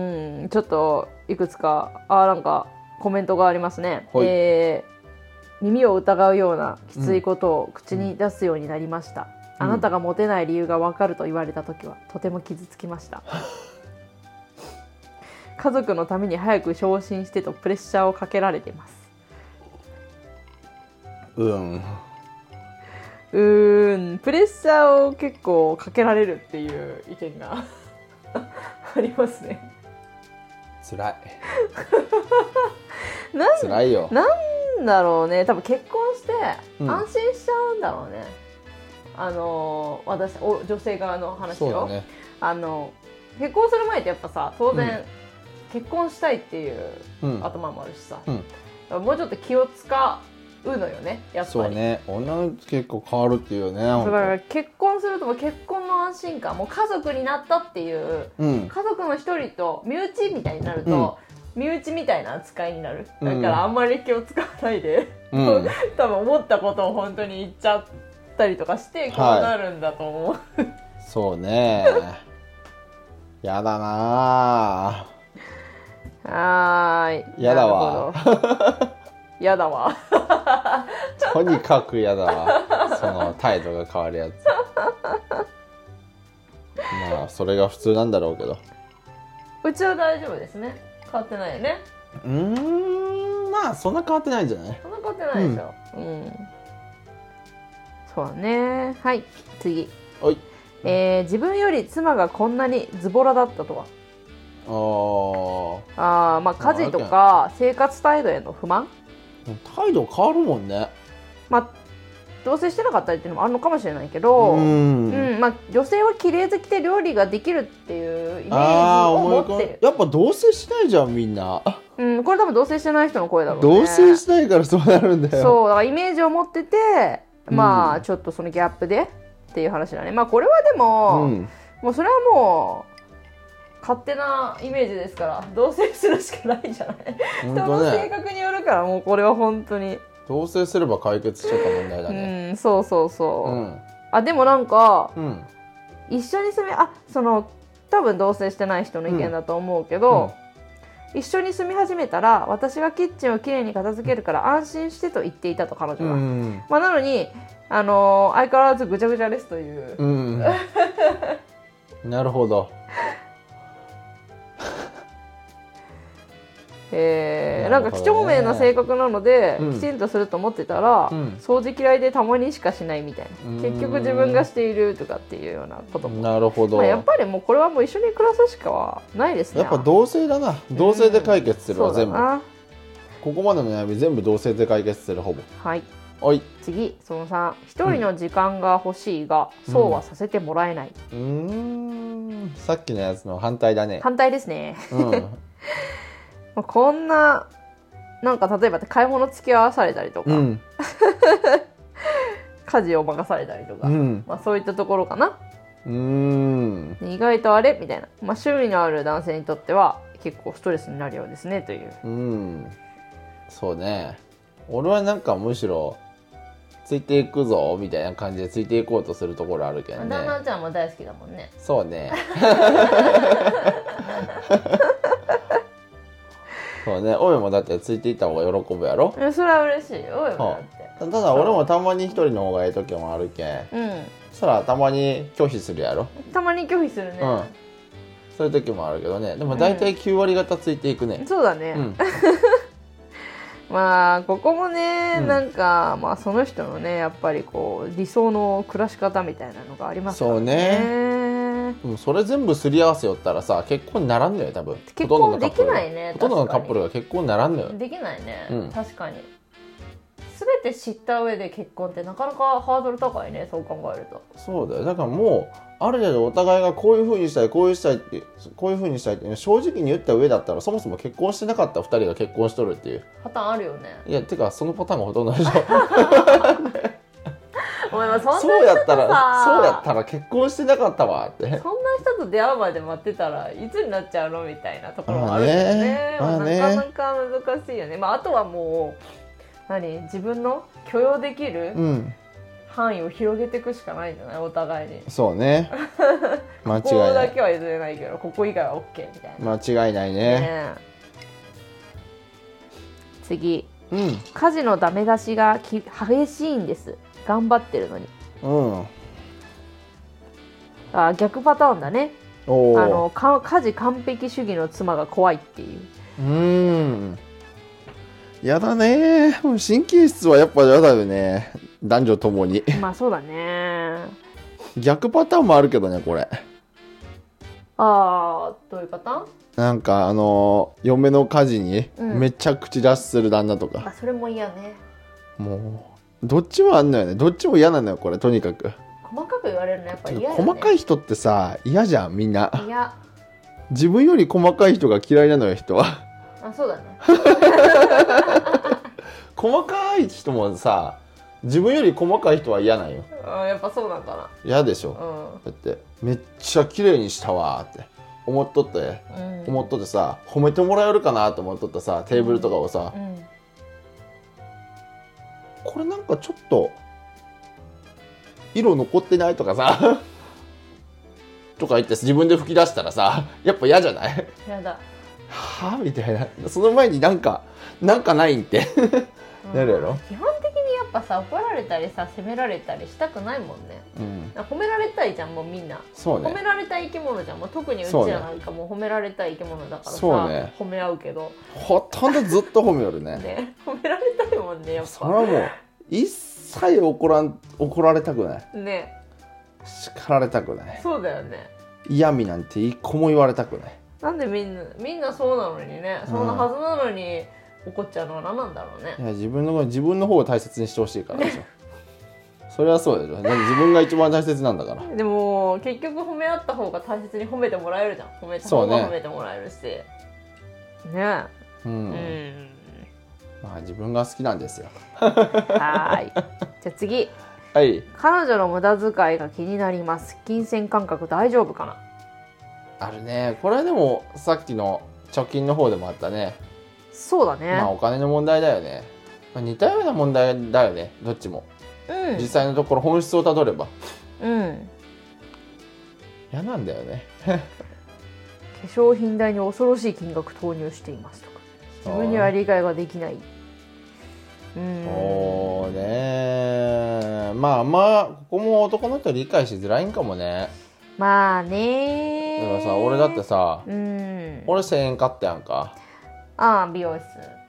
Speaker 2: んちょっといくつかあーなんかコメントがありますね、
Speaker 3: はい
Speaker 2: えー耳を疑うようなきついことを口に出すようになりました、
Speaker 3: うん
Speaker 2: あなたがモテない理由がわかると言われた時はとても傷つきました家族のために早く昇進してとプレッシャーをかけられてます
Speaker 3: うん
Speaker 2: うーんプレッシャーを結構かけられるっていう意見が ありますね
Speaker 3: 辛い
Speaker 2: なん
Speaker 3: 辛いよ
Speaker 2: なんだろうね多分結婚して
Speaker 3: うん
Speaker 2: 安心しちゃうんだろうね、あのー私お女性側の話
Speaker 3: そう
Speaker 2: を、
Speaker 3: だね
Speaker 2: あの結婚する前ってやっぱさ当然、結婚したいっていう
Speaker 3: うん
Speaker 2: 頭もあるしさ、
Speaker 3: うん
Speaker 2: もうちょっと気を使うのよねやっぱり
Speaker 3: そうね女の人結構変わるっていうよね
Speaker 2: そうだか
Speaker 3: 本
Speaker 2: ら結婚するともう結婚の安心感もう家族になったっていう
Speaker 3: 当うん
Speaker 2: 家族の一人と身内みたいになると、身内みたいな扱いになるだからあんまり気を使わないで、
Speaker 3: うん
Speaker 2: 多分思ったことを本当に言っちゃっったりとかしてこうなるんだと思う、
Speaker 3: そうねやだな
Speaker 2: はーい。
Speaker 3: やだわ
Speaker 2: なるほど。やだわ。
Speaker 3: とにかくやだわその態度が変わるやつまあそれが普通なんだろうけど
Speaker 2: うちは大丈夫ですね。変わってないよね。
Speaker 3: うーんまあそんな変わってないんじゃない
Speaker 2: そんな変わってないでしょ。うん。そうだね。はい。次。
Speaker 3: おい
Speaker 2: えー、自分より妻がこんなにズボラだったとは。
Speaker 3: あー
Speaker 2: あーまあ家事とか生活態度への不満
Speaker 3: 態度変わるもんね
Speaker 2: まあ同棲してなかったりっていうのもあるのかもしれないけ
Speaker 3: う
Speaker 2: ど、
Speaker 3: ん
Speaker 2: うんまあ、女性は綺麗好きで料理ができるっていうイ
Speaker 3: あ
Speaker 2: メージ
Speaker 3: あ
Speaker 2: を
Speaker 3: 思い
Speaker 2: 持
Speaker 3: 込
Speaker 2: ってる
Speaker 3: むやっぱ同棲しないじゃんみんな
Speaker 2: うん、これ多分同棲してない人の声だろうね
Speaker 3: 同棲しないからそうなるんだよ
Speaker 2: そうだからイメージを持っててまあ、
Speaker 3: うん
Speaker 2: ちょっとそのギャップでっていう話だねまあこれはでも、
Speaker 3: ん、
Speaker 2: もうそれはもう勝手なイメージですから同棲するしかないじゃない人
Speaker 3: 本
Speaker 2: の
Speaker 3: 当
Speaker 2: 性
Speaker 3: ね
Speaker 2: 格によるからもうこれは本当に、
Speaker 3: 同棲すれば解決してた問題だね
Speaker 2: うんそうそう
Speaker 3: う
Speaker 2: そう、
Speaker 3: ん
Speaker 2: あでもなんか
Speaker 3: うん
Speaker 2: 一緒に住みあその多分同棲してない人の意見だと思うけど、一緒に住み始めたら私がキッチンをきれいに片付けるから安心してと言っていたと彼
Speaker 3: う
Speaker 2: 女は、
Speaker 3: ん
Speaker 2: まあ、なのに、あのー相変わらずぐちゃぐちゃですという、
Speaker 3: うん、 なるほど
Speaker 2: えー
Speaker 3: な
Speaker 2: な
Speaker 3: る
Speaker 2: ん
Speaker 3: ほどね
Speaker 2: か几帳面な性格なので、
Speaker 3: うん
Speaker 2: きちんとすると思ってたら、
Speaker 3: うん
Speaker 2: 掃除嫌いでたまにしかしないみたいな
Speaker 3: うーん
Speaker 2: 結局自分がしているとかっていうようなことも、
Speaker 3: なるほど、
Speaker 2: まあ、
Speaker 3: や
Speaker 2: や
Speaker 3: っ
Speaker 2: っぱりもうこれはもう一緒に暮らすしかはないですね
Speaker 3: ぱ同棲だな同棲で解決するわ、
Speaker 2: そうだ
Speaker 3: 全部
Speaker 2: な
Speaker 3: ここまでの悩み全部同棲で解決するほぼ
Speaker 2: はい
Speaker 3: おい
Speaker 2: 次その3一人の時間が欲しいが、そうはさせてもらえない、
Speaker 3: うーんさっきのやつの反対だね
Speaker 2: 反対ですね
Speaker 3: うん
Speaker 2: まあこんななんか例えば買い物付き合わされたりとか、
Speaker 3: うん
Speaker 2: 家事を任されたりとか、
Speaker 3: うん
Speaker 2: まあ、そういったところかな
Speaker 3: うーん
Speaker 2: 意外とあれみたいな、まあ、趣味のある男性にとっては結構ストレスになるようですねという
Speaker 3: うんそうね俺はなんかむしろついていくぞみたいな感じでついていこうとするところあるけどね
Speaker 2: ちゃんも大好きだもんね
Speaker 3: そう ね そうねおいもだってついていった方が喜ぶやろ
Speaker 2: それは嬉しいおい
Speaker 3: は
Speaker 2: だって
Speaker 3: たただ俺もたまに一人の方がいい時もあるけん
Speaker 2: う
Speaker 3: そしたらたまに拒否するやろ
Speaker 2: んたまに拒否するね、
Speaker 3: うんそういう時もあるけどねでも大体9割方ついていくね
Speaker 2: そうだね、
Speaker 3: うん
Speaker 2: まあここもね、
Speaker 3: うん
Speaker 2: なんかまあその人のねやっぱりこう理想の暮らし方みたいなのがありますからね
Speaker 3: でもそれ全部すり合わせよったらさ結婚にならんのよ多分
Speaker 2: 結
Speaker 3: ほとんどのカ
Speaker 2: 婚で
Speaker 3: ップ
Speaker 2: き
Speaker 3: ルが
Speaker 2: ないね
Speaker 3: ほとんどのカップルが結婚にならんのよ
Speaker 2: できないね、
Speaker 3: うん
Speaker 2: 確かに全て知った上で結婚ってなかなかハードル高いねそう考えると
Speaker 3: そうだよだからもうある程度お互いがこういうふうにしたいこういうしたいってこういうふうにしたいって正直に言った上だったらそもそも結婚してなかった2人が結婚しとるっていう
Speaker 2: パターンあるよね
Speaker 3: いやてかそのパターンがほとんどでしょ
Speaker 2: お前はそんな
Speaker 3: そうやったら
Speaker 2: さ
Speaker 3: そうやったら結婚してなかったわって
Speaker 2: そんな人と出会うまで待ってたらいつになっちゃうのみたいなところもあるけどね,、
Speaker 3: まあねまあね
Speaker 2: なかなか難しいよね、まあ、あとはもう何自分の許容できる
Speaker 3: うん
Speaker 2: 範囲を広げていくしかないんじゃないお互いに
Speaker 3: そう ね間違
Speaker 2: ここ
Speaker 3: いな
Speaker 2: だ
Speaker 3: い
Speaker 2: けは譲れないけどここ以外は OK みたいな、
Speaker 3: 間違いないね
Speaker 2: ね次
Speaker 3: うん
Speaker 2: 家事のダメ出しがき激しいんです頑張ってるのに
Speaker 3: うん
Speaker 2: あ逆パターンだね
Speaker 3: お
Speaker 2: あ
Speaker 3: お
Speaker 2: のか家事完璧主義の妻が怖いっていう
Speaker 3: うーんやだねもう神経質はやっぱやだよね男女ともに
Speaker 2: まあそうだね
Speaker 3: 逆パターンもあるけどねこれ
Speaker 2: ああどういうパターン
Speaker 3: なんかあのー嫁の家事に
Speaker 2: うん
Speaker 3: めっちゃ口出しする旦那とか、
Speaker 2: あそれも嫌ね
Speaker 3: もうどっちもあんのよねどっちも嫌なのよこれとにかく、
Speaker 2: 細かく言われるのやっぱ
Speaker 3: て
Speaker 2: 嫌
Speaker 3: か
Speaker 2: よ、ね、
Speaker 3: 細かい人ってさ嫌じゃんみんない
Speaker 2: や
Speaker 3: 自分より細かい人が嫌いなのよ人は
Speaker 2: あそうだね
Speaker 3: 細かい人もさ自分より細かい人は嫌なんよ
Speaker 2: あやっぱそうなんか
Speaker 3: 嫌でしょ
Speaker 2: なう
Speaker 3: だっ
Speaker 2: ん
Speaker 3: てめっちゃ綺麗にしたわーって思っとって
Speaker 2: うん
Speaker 3: 思っとってさ褒めてもらえるかなと思っとったさテーブルとかをさ
Speaker 2: うん
Speaker 3: これなんかちょっと色残ってないとかさとか言って自分で吹き出したらさやっぱ嫌じゃない
Speaker 2: やだ
Speaker 3: はあみたいなその前になんかなんかないんってなるやろ、
Speaker 2: 基本的にやっぱさ怒られたりさ責められたりしたくないもんね
Speaker 3: うん、
Speaker 2: あ褒められたいじゃんもうみんな
Speaker 3: そう
Speaker 2: 褒め
Speaker 3: ね
Speaker 2: られたい生き物じゃん、まあ、特にうち
Speaker 3: そうね
Speaker 2: らなんかもう褒められたい生き物だから
Speaker 3: そ
Speaker 2: さ、
Speaker 3: うね
Speaker 2: 褒め合うけど、
Speaker 3: ほとんどずっと褒めよるね
Speaker 2: ね、褒められたいもんねやっ
Speaker 3: それ
Speaker 2: ぱ
Speaker 3: はもう一切怒らん怒られたくない
Speaker 2: ね
Speaker 3: 叱られたくない
Speaker 2: そうだよね
Speaker 3: 嫌味なんて一個も言われたくない
Speaker 2: なんでみんなみんなそうなのにねそんなはずなのに怒っちゃうのは何なんだろうね
Speaker 3: い、や自分の自分の方を大切にしてほしいからでしょそれはそうでしょだって自分が一番大切なんだから
Speaker 2: でも結局褒め合った方が大切に褒めてもらえるじゃん褒めた方
Speaker 3: そうね
Speaker 2: が褒めてもらえるしね
Speaker 3: うん、
Speaker 2: うん
Speaker 3: まあ自分が好きなんですよ
Speaker 2: はーい じゃあ次
Speaker 3: はい
Speaker 2: 彼女の無駄遣いが気になります金銭感覚大丈夫かな
Speaker 3: あるねこれはでもさっきの貯金の方でもあったね
Speaker 2: そうだね、
Speaker 3: まあお金の問題だよね、まあ、似たような問題だよねどっちも実際のところ本質をたどれば
Speaker 2: うん、うん、
Speaker 3: 嫌なんだよね
Speaker 2: 化粧品代に恐ろしい金額投入していますとか自分には理解ができないうん
Speaker 3: そうねまあまあここも男の人理解しづらいんかもね
Speaker 2: まあ
Speaker 3: だ
Speaker 2: ね
Speaker 3: からさ俺だってさ
Speaker 2: うん
Speaker 3: 俺1000円買ったやんか
Speaker 2: ああ美容室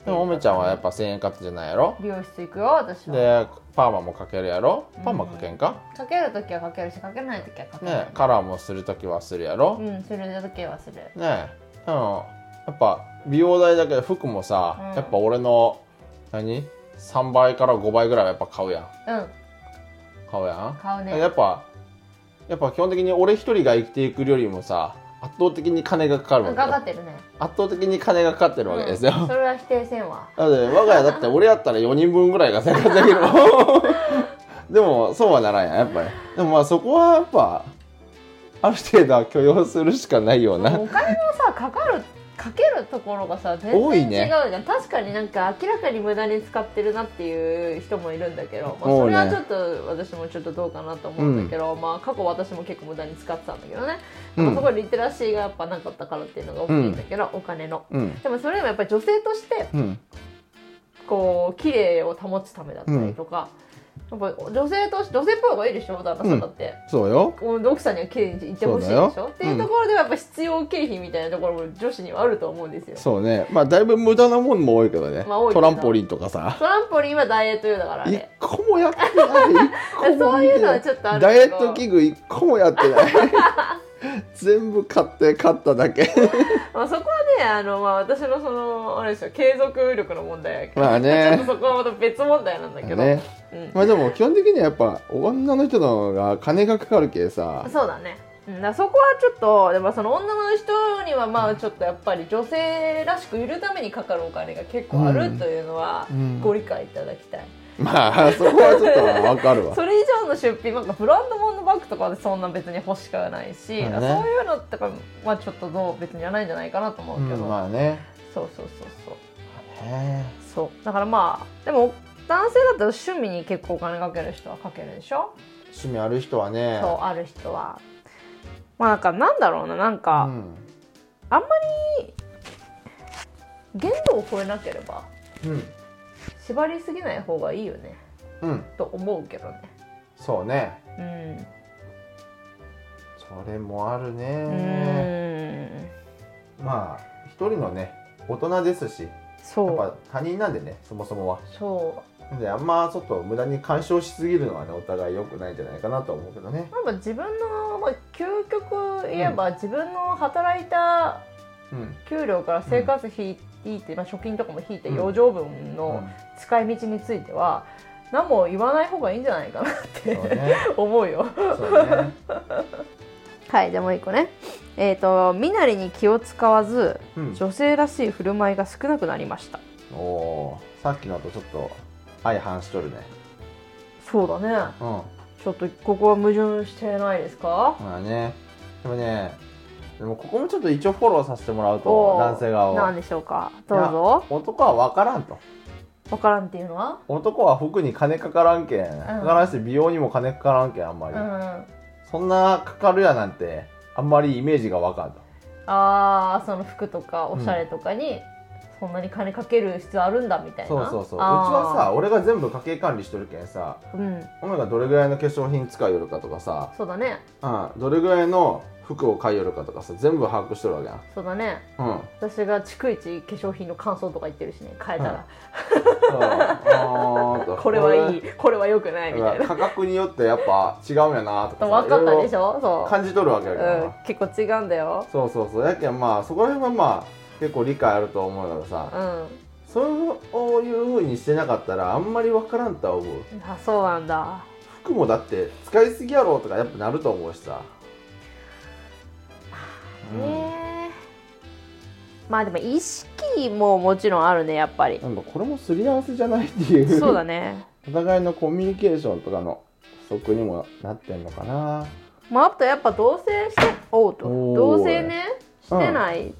Speaker 3: でもおめちゃんはやっぱ1000円買ったじゃないやろ
Speaker 2: 美容室行くよ私は
Speaker 3: でパーマもかけるやろパーマかけんか、
Speaker 2: かけるときはかけるしかけないときはかけない、
Speaker 3: ねカラーもするときはするやろ、
Speaker 2: うんするときはする
Speaker 3: ねえうんやっぱ美容代だけで服もさ、
Speaker 2: うん
Speaker 3: やっぱ俺の何3倍から5倍ぐらいはやっぱ買うやん
Speaker 2: うん
Speaker 3: 買うやん
Speaker 2: 買うね
Speaker 3: やっぱやっぱ基本的に俺一人が生きていくよりもさ圧倒的に金がかかるわ
Speaker 2: か
Speaker 3: けよ
Speaker 2: かってるね
Speaker 3: 圧倒的に金がかかってるわけですよ、
Speaker 2: うんそれは否定せんわ
Speaker 3: なので我が家だって俺やったら4人分ぐらいが生活できるもん でもそうはならんやんやっぱりでもまあそこはやっぱある程度は許容するしかないような
Speaker 2: お金のさかかるかけるところがさ全
Speaker 3: 多い
Speaker 2: 然違うじ
Speaker 3: ね
Speaker 2: ゃん、確かになんか明らかに無駄に使ってるなっていう人もいるんだけど、まあ、
Speaker 3: 多
Speaker 2: そ
Speaker 3: い
Speaker 2: れ
Speaker 3: ね
Speaker 2: はちょっと私もちょっとどうかなと思うんだけど、まあ過去私も結構無駄に使ってたんだけどね、
Speaker 3: うん
Speaker 2: まあそこはリテラシーがやっぱなかったからっていうのが大きいんだけど、お金の
Speaker 3: うん
Speaker 2: でもそれでもやっぱり女性として
Speaker 3: うん
Speaker 2: こう綺麗を保つためだったりとか、やっぱ女性として女性っぽい方がいいでしょ旦那さんだって、
Speaker 3: そうよ
Speaker 2: こう奥さんには綺麗にいてほしいでし
Speaker 3: そうだよ
Speaker 2: ょっていうところではやっぱ必要経費みたいなところも女子にはあると思うんですよ、
Speaker 3: そうねまあだいぶ無駄なもんも多いけどね、
Speaker 2: まあ多いけ
Speaker 3: ト
Speaker 2: ど
Speaker 3: ランポリンとかさ
Speaker 2: トランポリンはダイエット用だからあ
Speaker 3: 一
Speaker 2: れ
Speaker 3: 個もやってない一個も見てな
Speaker 2: そういうのはちょっとあるけど
Speaker 3: ダイエット器具一個もやってない 全部買って買っただけ
Speaker 2: まあ、そこはねあの、まあ、私のそのあれですよ継続力の問題やけど、
Speaker 3: まあ
Speaker 2: ちょっ
Speaker 3: ね
Speaker 2: とそこはまた別問題なんだけど、
Speaker 3: ね
Speaker 2: うん
Speaker 3: まあでも基本的にはやっぱ女の人の方が金がかかるけ さ
Speaker 2: そうだねうんだからそこはちょっとでもその女の人にはまあちょっとやっぱり女性らしくいるためにかかるお金が結構あ
Speaker 3: う
Speaker 2: る
Speaker 3: ん
Speaker 2: というのは
Speaker 3: うん
Speaker 2: ご理解いただきたい、
Speaker 3: まあそこはちょっとわかるわ
Speaker 2: それ以上の出費なんかブランド物のバッグとかでそんな別に欲しくはないし、
Speaker 3: まあね
Speaker 2: そういうのとかはちょっとどう別にはないんじゃないかなと思う
Speaker 3: うん
Speaker 2: けど、
Speaker 3: まあね
Speaker 2: そうそうそうそう
Speaker 3: ね
Speaker 2: そうだからまあでも男性だったら趣味に結構お金かける人はかけるでしょ、
Speaker 3: 趣味ある人はね
Speaker 2: そうある人はまあなんかなんだろうななん
Speaker 3: う
Speaker 2: か、
Speaker 3: ん
Speaker 2: あんまり限度を超えなければ
Speaker 3: うん
Speaker 2: 縛りすぎない方がいいよね
Speaker 3: うん
Speaker 2: と思うけどね
Speaker 3: そうね
Speaker 2: うん
Speaker 3: それもある
Speaker 2: う
Speaker 3: ね
Speaker 2: ーん
Speaker 3: まあ一人のね大人ですしやっ
Speaker 2: そう
Speaker 3: ぱ他人なんでねそもそもは
Speaker 2: そ
Speaker 3: なんであんまちょっと無駄に干渉しすぎるのはねお互い良くないんじゃないかなと思うけどね
Speaker 2: うなんか自分の、まあ、究極言えば、自分の働いた
Speaker 3: うん
Speaker 2: 給料から生活費引いて、まあ、貯金とかも引いて余剰分の使い道については何も言わない方がいいんじゃないかなっ
Speaker 3: う
Speaker 2: て
Speaker 3: んそうね
Speaker 2: 思うよ
Speaker 3: そうね
Speaker 2: はいじゃあもう一個ねえっ、と身なりに気を使わず
Speaker 3: うん
Speaker 2: 女性らしい振る舞いが少なくなりました
Speaker 3: おおーさっきのとちょっと相反しとるね
Speaker 2: そうだね
Speaker 3: うん
Speaker 2: ちょっとここは矛盾してないですか
Speaker 3: まあねでもねでもここもちょっと一応フォローさせてもらうと
Speaker 2: おー
Speaker 3: 男性側
Speaker 2: 何
Speaker 3: を
Speaker 2: でしょうかどうぞ
Speaker 3: 男は分からんと
Speaker 2: わからんっていうのは
Speaker 3: 男は服に金かからんけん、からんし美容にも金かからんけんあんま
Speaker 2: う
Speaker 3: り、
Speaker 2: ん
Speaker 3: そんなかかるやなんてあんまりイメージがわかんない
Speaker 2: ああその服とかおしゃれとかに、そんなに金かける必要あるんだみたいな
Speaker 3: そうそうそううち
Speaker 2: あー
Speaker 3: はさ俺が全部家計管理しとるけんさ
Speaker 2: うん
Speaker 3: お前がどれぐらいの化粧品使いよるかとかさ、
Speaker 2: そうだね
Speaker 3: うん、どれぐらいの服を買いよるかとかさ全部把握しとるわけやん
Speaker 2: そうだね
Speaker 3: うん
Speaker 2: 私が逐一化粧品の感想とか言ってるしね変えたら、
Speaker 3: そうあーっと
Speaker 2: これはいいこれはよくないみたいな
Speaker 3: 価格によってやっぱ違うんやなとかさ
Speaker 2: 分かったでし
Speaker 3: ょ
Speaker 2: ょそ
Speaker 3: 感じ取るわけや
Speaker 2: う、
Speaker 3: からな、
Speaker 2: うん、結構違うんだよ
Speaker 3: そうそうそうやけんまあそこら辺はまあ結構理解あると思うからさ、
Speaker 2: うん
Speaker 3: そういうふうにしてなかったらあんまり分からんとは思う
Speaker 2: あそうなんだ
Speaker 3: 服もだって使いすぎやろとかやっぱなると思うしさ
Speaker 2: へえまあでも意識ももちろんあるねやっぱり
Speaker 3: なんかこれもすり合わせじゃないっていう
Speaker 2: そうだね
Speaker 3: お互いのコミュニケーションとかの不足にもなってんのかな
Speaker 2: まああとやっぱ同棲しておうと
Speaker 3: おー
Speaker 2: 同棲ねしてない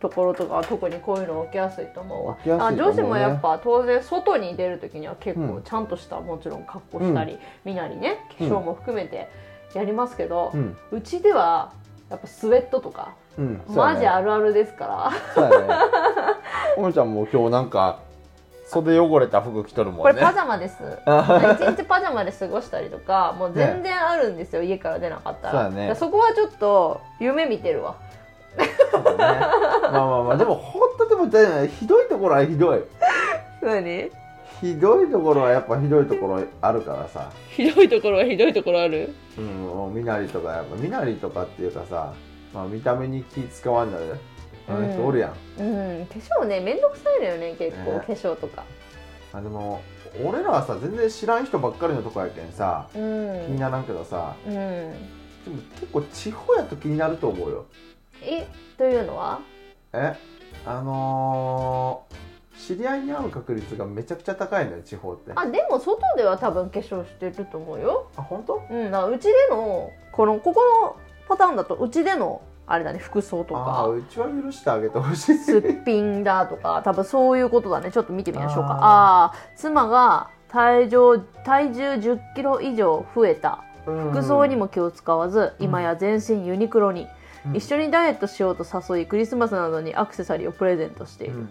Speaker 2: ところとかは特にこういうの起きやすいと思うわ
Speaker 3: 起きやすいと
Speaker 2: あ
Speaker 3: 思うね
Speaker 2: 女子もやっぱ当然外に出る時には結
Speaker 3: う
Speaker 2: 構
Speaker 3: ん
Speaker 2: ちゃんとした、もちろん格好したり、身なりね化粧も含めてやりますけど、
Speaker 3: うん
Speaker 2: うちではやっぱスウェットとか、
Speaker 3: うんそうや
Speaker 2: マ
Speaker 3: ね
Speaker 2: ジあるあるですから
Speaker 3: そうやね おもちゃんも今日なんか袖汚れた服着とるもん
Speaker 2: こ
Speaker 3: ね
Speaker 2: れパジャマ です一日パジャマで過ごしたりとかもう全然あるんですよ、家から出なかったら
Speaker 3: そうだね
Speaker 2: からそこはちょっと夢見てるわ
Speaker 3: そうだねまあまあまあでもほんとでもだいぶひどいところはひどい
Speaker 2: 何
Speaker 3: ひどいところはやっぱひどいところあるからさ
Speaker 2: ひどいところはひどいところある
Speaker 3: うんもう身なりとかやっぱ身なりとかっていうかさ、まあ、見た目に気使わんのよあの人おるやん、
Speaker 2: うん化粧ねめんどくさいのよね結構、
Speaker 3: ね
Speaker 2: 化粧とか
Speaker 3: あでも俺らはさ全然知らん人ばっかりのとこやけんさ
Speaker 2: う
Speaker 3: 気に
Speaker 2: ん
Speaker 3: ならんけどさ
Speaker 2: うん
Speaker 3: でも結構地方やと気になると思うよ
Speaker 2: えというのは
Speaker 3: えあのー知り合いに会う確率がめちゃくちゃ高いのよ地方って
Speaker 2: あでも外では多分化粧してると思うよ
Speaker 3: あ本当
Speaker 2: うんだからうちでのこのここのパターンだとうちでのあれだね服装と
Speaker 3: ああ
Speaker 2: か
Speaker 3: うちは許してあげてほしい
Speaker 2: すっぴんだとか多分そういうことだねちょっと見てみましょうかあ
Speaker 3: あ
Speaker 2: あー妻が体重体重1 0キロ以上増えた服
Speaker 3: 服
Speaker 2: 装にも気を使わず、今や全身ユニクロに、
Speaker 3: うん
Speaker 2: 一緒にダイエットしようと誘いクリスマスなどにアクセサリーをプレゼントしている、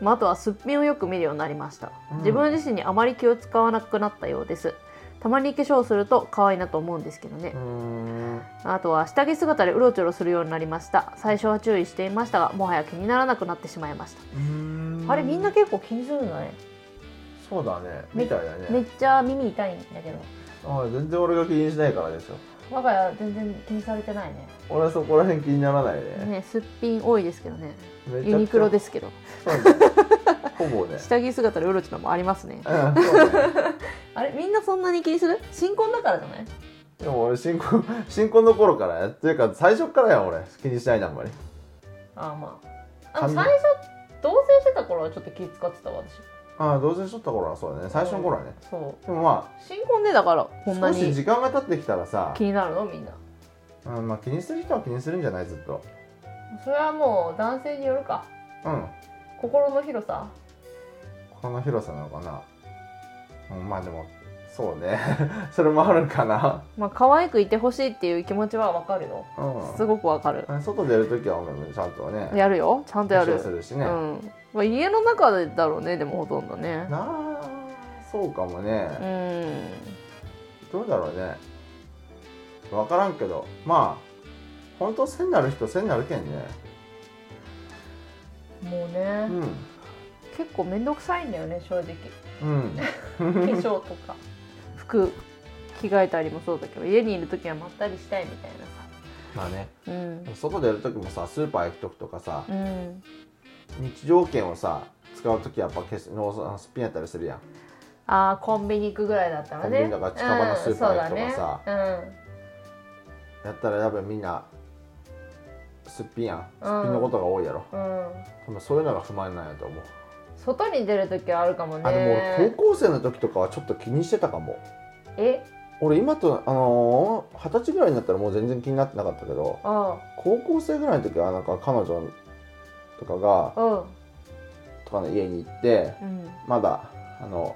Speaker 2: まあ、あとはすっぴんをよく見るようになりました、
Speaker 3: うん
Speaker 2: 自分自身にあまり気を使わなくなったようですたまに化粧をすると可愛いなと思うんですけどね、
Speaker 3: うん
Speaker 2: あとは下着姿でうろちょろするようになりました最初は注意していましたがもはや気にならなくなってしまいました、
Speaker 3: うん
Speaker 2: あれみんな結構気にするんだね
Speaker 3: そうだね
Speaker 2: め
Speaker 3: みたいだ
Speaker 2: め
Speaker 3: ね
Speaker 2: っちゃ耳痛いんだけど
Speaker 3: ああ全然俺が気にしないからですよ
Speaker 2: 我が家全然気にされてないね
Speaker 3: 俺はそこら辺気にならないね
Speaker 2: ねすっぴん多いですけどね
Speaker 3: めちゃくちゃ
Speaker 2: ユニクロですけど
Speaker 3: そうねほぼね
Speaker 2: 下着姿でうろちょろもありますね
Speaker 3: うんそうね
Speaker 2: あれみんなそんなに気にする新婚だからじゃない
Speaker 3: でも俺新婚新婚の頃からやっていうか最初からやん俺気にしないなあんまり
Speaker 2: ああまあ
Speaker 3: あ
Speaker 2: でも最初同棲してた頃はちょっと気使ってたわ私
Speaker 3: ああ同棲しとった頃はそうだね最初の頃はね
Speaker 2: そう
Speaker 3: でもま
Speaker 2: 新婚でだから
Speaker 3: あ
Speaker 2: こんな
Speaker 3: 少し
Speaker 2: に
Speaker 3: 時間が経ってきたらさ
Speaker 2: 気になるのみんな
Speaker 3: うんまあ気にする人は気にするんじゃないずっと
Speaker 2: それはもう男性によるか
Speaker 3: うん
Speaker 2: 心の広さ
Speaker 3: この広さなのかな、うん、まあでもそうね それもあるかな
Speaker 2: まあ可愛くいてほしいっていう気持ちはわかるよ
Speaker 3: うん
Speaker 2: すごくわかる
Speaker 3: 外出るときはもうちゃんとね
Speaker 2: やるよちゃんとやる
Speaker 3: するし
Speaker 2: う
Speaker 3: ね、
Speaker 2: んまあ家の中でだろうねでもほとんどね
Speaker 3: なあそうかも
Speaker 2: う
Speaker 3: ね、
Speaker 2: ん
Speaker 3: どうだろうね分からんけどまあ本当背になる人背になるけんね
Speaker 2: もう
Speaker 3: う
Speaker 2: ね
Speaker 3: ん
Speaker 2: 結構面倒くさいんだよね正直
Speaker 3: うん
Speaker 2: 化粧とか服着替えたりもそうだけど家にいる時はまったりしたいみたいなさ
Speaker 3: まあね
Speaker 2: うん
Speaker 3: 外出るときもさスーパー行くときとかさ
Speaker 2: うん
Speaker 3: 日常券をさ使うときやっぱ消すノースピンやったりするやん
Speaker 2: ああコンビニ行くぐらいだった
Speaker 3: コ
Speaker 2: らね
Speaker 3: ンビニとか近場のスーパー行くとかさ
Speaker 2: うんそうだね
Speaker 3: やったらやっぱみんなすっぴんやんすっぴ
Speaker 2: うん
Speaker 3: んのことが多いやろ、
Speaker 2: うん、うん、
Speaker 3: 多分そういうのが不満なんやと思う、
Speaker 2: 外に出る時はあるかもね
Speaker 3: あでも高校生の時とかはちょっと気にしてたかも
Speaker 2: え
Speaker 3: 俺今とあのー二、十歳ぐらいになったらもう全然気になってなかったけど
Speaker 2: あ
Speaker 3: 高校生ぐらいの時はなんか彼女とかが
Speaker 2: あうん
Speaker 3: 「パの家に行って
Speaker 2: うん
Speaker 3: まだあの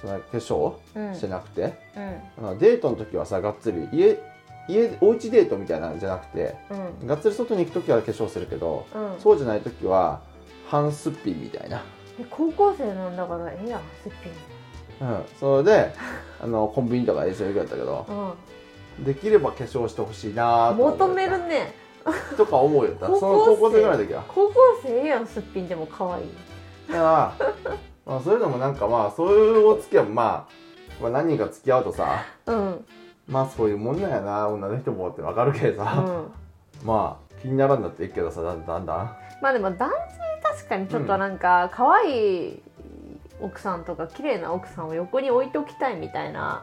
Speaker 3: その化粧
Speaker 2: うん
Speaker 3: してなくて、
Speaker 2: う
Speaker 3: あ
Speaker 2: ん
Speaker 3: のデートの時はさがっつり家家おうちデートみたいなんじゃなくて
Speaker 2: うん
Speaker 3: がっつり外に行く時は化粧するけど、
Speaker 2: うん
Speaker 3: そうじゃない時は半すっぴんみたいな、
Speaker 2: え高校生なんだからええやんすっぴん
Speaker 3: うん、それ であのコンビニとかで一緒に行くやったけど
Speaker 2: う
Speaker 3: できれば化粧してほしいなー
Speaker 2: ん
Speaker 3: と思って
Speaker 2: 求めるね
Speaker 3: とか思うよったそ
Speaker 2: 高
Speaker 3: の高
Speaker 2: 校生
Speaker 3: 校生ぐらいの時は
Speaker 2: 高校生ええやんすっぴんでも可愛い
Speaker 3: だから まあそういうのもなんかまあそういうお付き合いもまあ、まあ、何人か付き合うとさ
Speaker 2: うん
Speaker 3: まあそういうもんなんやな女の人もってわかるけど
Speaker 2: う
Speaker 3: さ、
Speaker 2: ん
Speaker 3: まあ気にならんだっていいけどさだんだんだん
Speaker 2: まあでも男性確かにちょっとなんか可愛い奥さんとか綺麗な奥さんを横に置いておきたいみたいな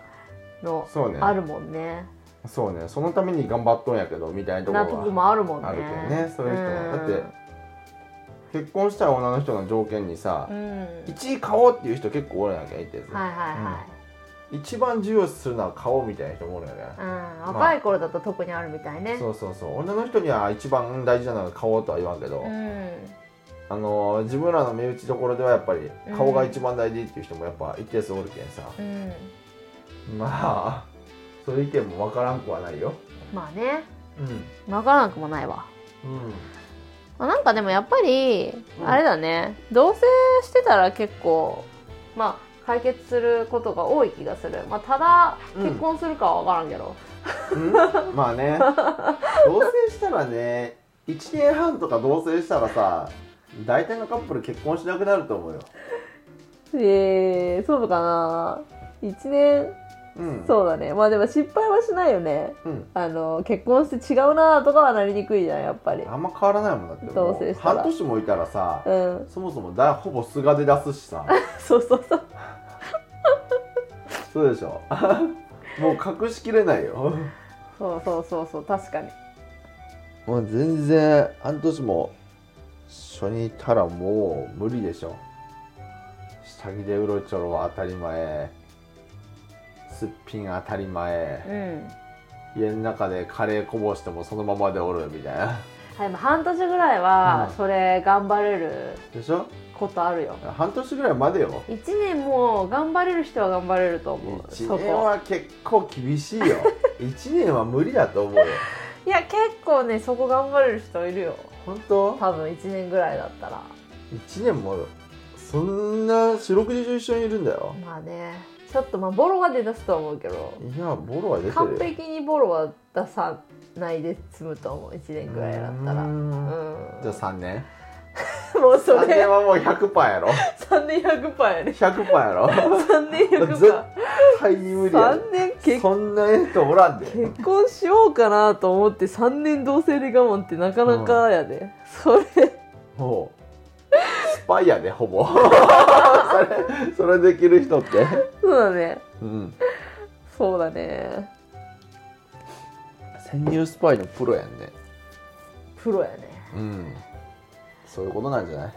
Speaker 2: の
Speaker 3: そうね
Speaker 2: あるもんね
Speaker 3: そうねそのために頑張っとんやけどみたいなとこ
Speaker 2: なとこ
Speaker 3: ろは
Speaker 2: もあるもんね
Speaker 3: あるけどねそういう人もだっ
Speaker 2: ん
Speaker 3: て結婚したら女の人の条件にさ
Speaker 2: う、ん
Speaker 3: 1位顔っていう人結構おるんやけん一定数
Speaker 2: はいは
Speaker 3: 一番重要視するのは顔みたいな人もおるんやけん
Speaker 2: いはい、うん、若い頃だと特にあるみたいね、
Speaker 3: そうそうそう女の人には一番大事なのは顔とは言わんけど、
Speaker 2: うん
Speaker 3: あのー自分らの身内どころではやっぱり
Speaker 2: うん
Speaker 3: 顔が一番大事っていう人もやっぱ一定数おるけんさ、
Speaker 2: うん
Speaker 3: まあそういう意見もわからんくはないよ
Speaker 2: まあね
Speaker 3: うん
Speaker 2: わからなくもないわ
Speaker 3: うん
Speaker 2: まあなんかでもやっぱり
Speaker 3: うん
Speaker 2: あれだね、同棲してたら結構まあ解決することが多い気がする、まあ、ただ
Speaker 3: うん
Speaker 2: 結婚するかは分からんけど、
Speaker 3: うん まあね同棲したらね1年半とか同棲したらさ大体のカップル結婚しなくなると思うよ
Speaker 2: えー、そうかな1年
Speaker 3: うん
Speaker 2: そうだねまあでも失敗はしないよね
Speaker 3: うん
Speaker 2: あの結婚して違うなとかはなりにくいじゃんやっぱり
Speaker 3: あんま変わらないもんだってもう
Speaker 2: 同棲したら
Speaker 3: 半年もいたらさ
Speaker 2: うん
Speaker 3: そもそもだほぼ素が出だすしさ
Speaker 2: そうそうそう
Speaker 3: そうでしょ もう隠しきれないよ
Speaker 2: そうそうそうそう確かに
Speaker 3: もう全然半年も一緒にいたらもう無理でしょ下着でうろちょろは当たり前すっぴん当たり前
Speaker 2: うん
Speaker 3: 家の中でカレーこぼしてもそのままでおるみたいな
Speaker 2: でも半年ぐらいは
Speaker 3: うん
Speaker 2: それ頑張れる
Speaker 3: でしょ
Speaker 2: ことあるよ、
Speaker 3: 半年ぐらいまでよ
Speaker 2: 一年も頑張れる人は頑張れると思う
Speaker 3: 1
Speaker 2: そ
Speaker 3: 年
Speaker 2: こ
Speaker 3: は結構厳しい よ1年は無理だと思うよ
Speaker 2: いや結構ねそこ頑張れる人いるよ
Speaker 3: 本当
Speaker 2: 多分一年ぐらいだったら
Speaker 3: 1年もそんな四六時中一緒にいるんだよ
Speaker 2: まあねちょっとまあボロが出だすとは思うけど
Speaker 3: いやボロは出てるよ
Speaker 2: 完璧にボロは出さないで済むと思う一年ぐらいだったら
Speaker 3: うー
Speaker 2: うん
Speaker 3: んじゃあ3年
Speaker 2: もうそ
Speaker 3: 3
Speaker 2: れ
Speaker 3: 年はもう100パーやろ
Speaker 2: 3年100パーやね
Speaker 3: 100パー やろ
Speaker 2: 3年
Speaker 3: 絶
Speaker 2: 100
Speaker 3: 対に無
Speaker 2: パー
Speaker 3: 理や
Speaker 2: 3年結
Speaker 3: そんなええ人おらんで
Speaker 2: 結婚しようかなと思って3年同棲で我慢ってなかなかやで、それ
Speaker 3: もうスパイやでほぼそれそれできる人って
Speaker 2: そうだね
Speaker 3: うん
Speaker 2: そうだね
Speaker 3: 潜入スパイのプロやんね
Speaker 2: プロやね
Speaker 3: うんそういうことなんじゃない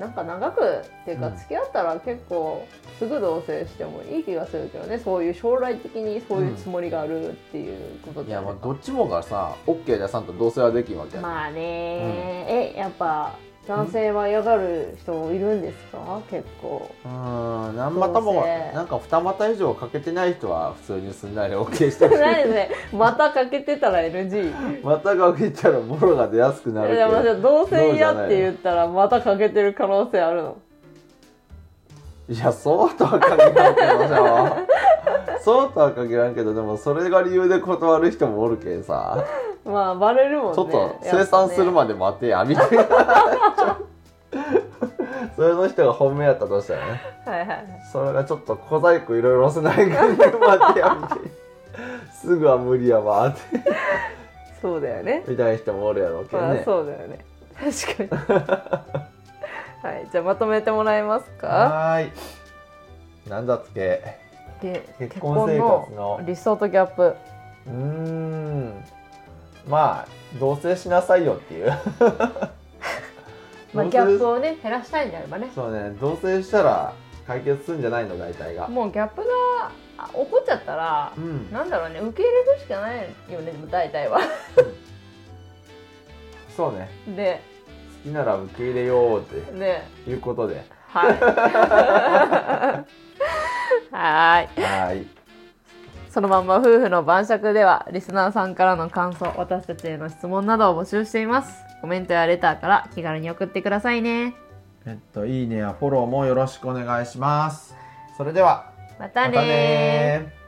Speaker 2: なんか長くっていうか
Speaker 3: うん
Speaker 2: 付き合ったら結構すぐ同棲してもいい気がするけどねそういう将来的にそういうつもりがあるっていうこと
Speaker 3: い
Speaker 2: で、
Speaker 3: やまあどっちもがさ OK 出さんと同棲はできんわけやん
Speaker 2: まあねえやっぱ男性は嫌がる人いるんですか結 構
Speaker 3: うーん何股も
Speaker 2: 同棲
Speaker 3: なんか二股以上かけてない人は普通にすんなり OK して ほしい
Speaker 2: 何でまたかけてたら NG
Speaker 3: 股が受けたらボロが出やすくなるけ
Speaker 2: えでもじゃあ
Speaker 3: ど
Speaker 2: 同棲嫌って言ったらまたかけてる可能性あるの
Speaker 3: いやそうとは限らんけどさそうとは限らんけどでもそれが理由で断る人もおるけんさ、
Speaker 2: まあバレるもんね
Speaker 3: ちょっと生産する
Speaker 2: ま
Speaker 3: まで待てやみたいなそれの人が本命やったとしたらね
Speaker 2: ではいはい
Speaker 3: それがちょっと小細工いろいろせないから待てやみたいなすぐは無理やわって
Speaker 2: そうだよね
Speaker 3: みたいな人もおるやろうけど
Speaker 2: ま
Speaker 3: ね
Speaker 2: あそうだよね確かにはいじゃあまとめてもらえますか
Speaker 3: はーいなんだっけ
Speaker 2: で
Speaker 3: 結婚生活の
Speaker 2: 理想とギャップ
Speaker 3: うーんまあ同棲しなさいよっていう
Speaker 2: まあ
Speaker 3: 同棲
Speaker 2: ギャップをね減らしたいんであればね
Speaker 3: そうね同棲したら解決するんじゃないの大体が
Speaker 2: もうギャップがあ起こっちゃったら
Speaker 3: う、ん
Speaker 2: なんだろうね受け入れるしかないよねでも大体は
Speaker 3: そうね
Speaker 2: で
Speaker 3: 付きなら受け入れようっ
Speaker 2: ね
Speaker 3: ていうことで
Speaker 2: はい はーい
Speaker 3: はい
Speaker 2: そのまんま夫婦の晩酌ではリスナーさんからの感想私たちへの質問などを募集していますコメントやレターから気軽に送ってくださいね
Speaker 3: えっといいねやフォローもよろしくお願いしますそれでは
Speaker 2: またねー
Speaker 3: またねー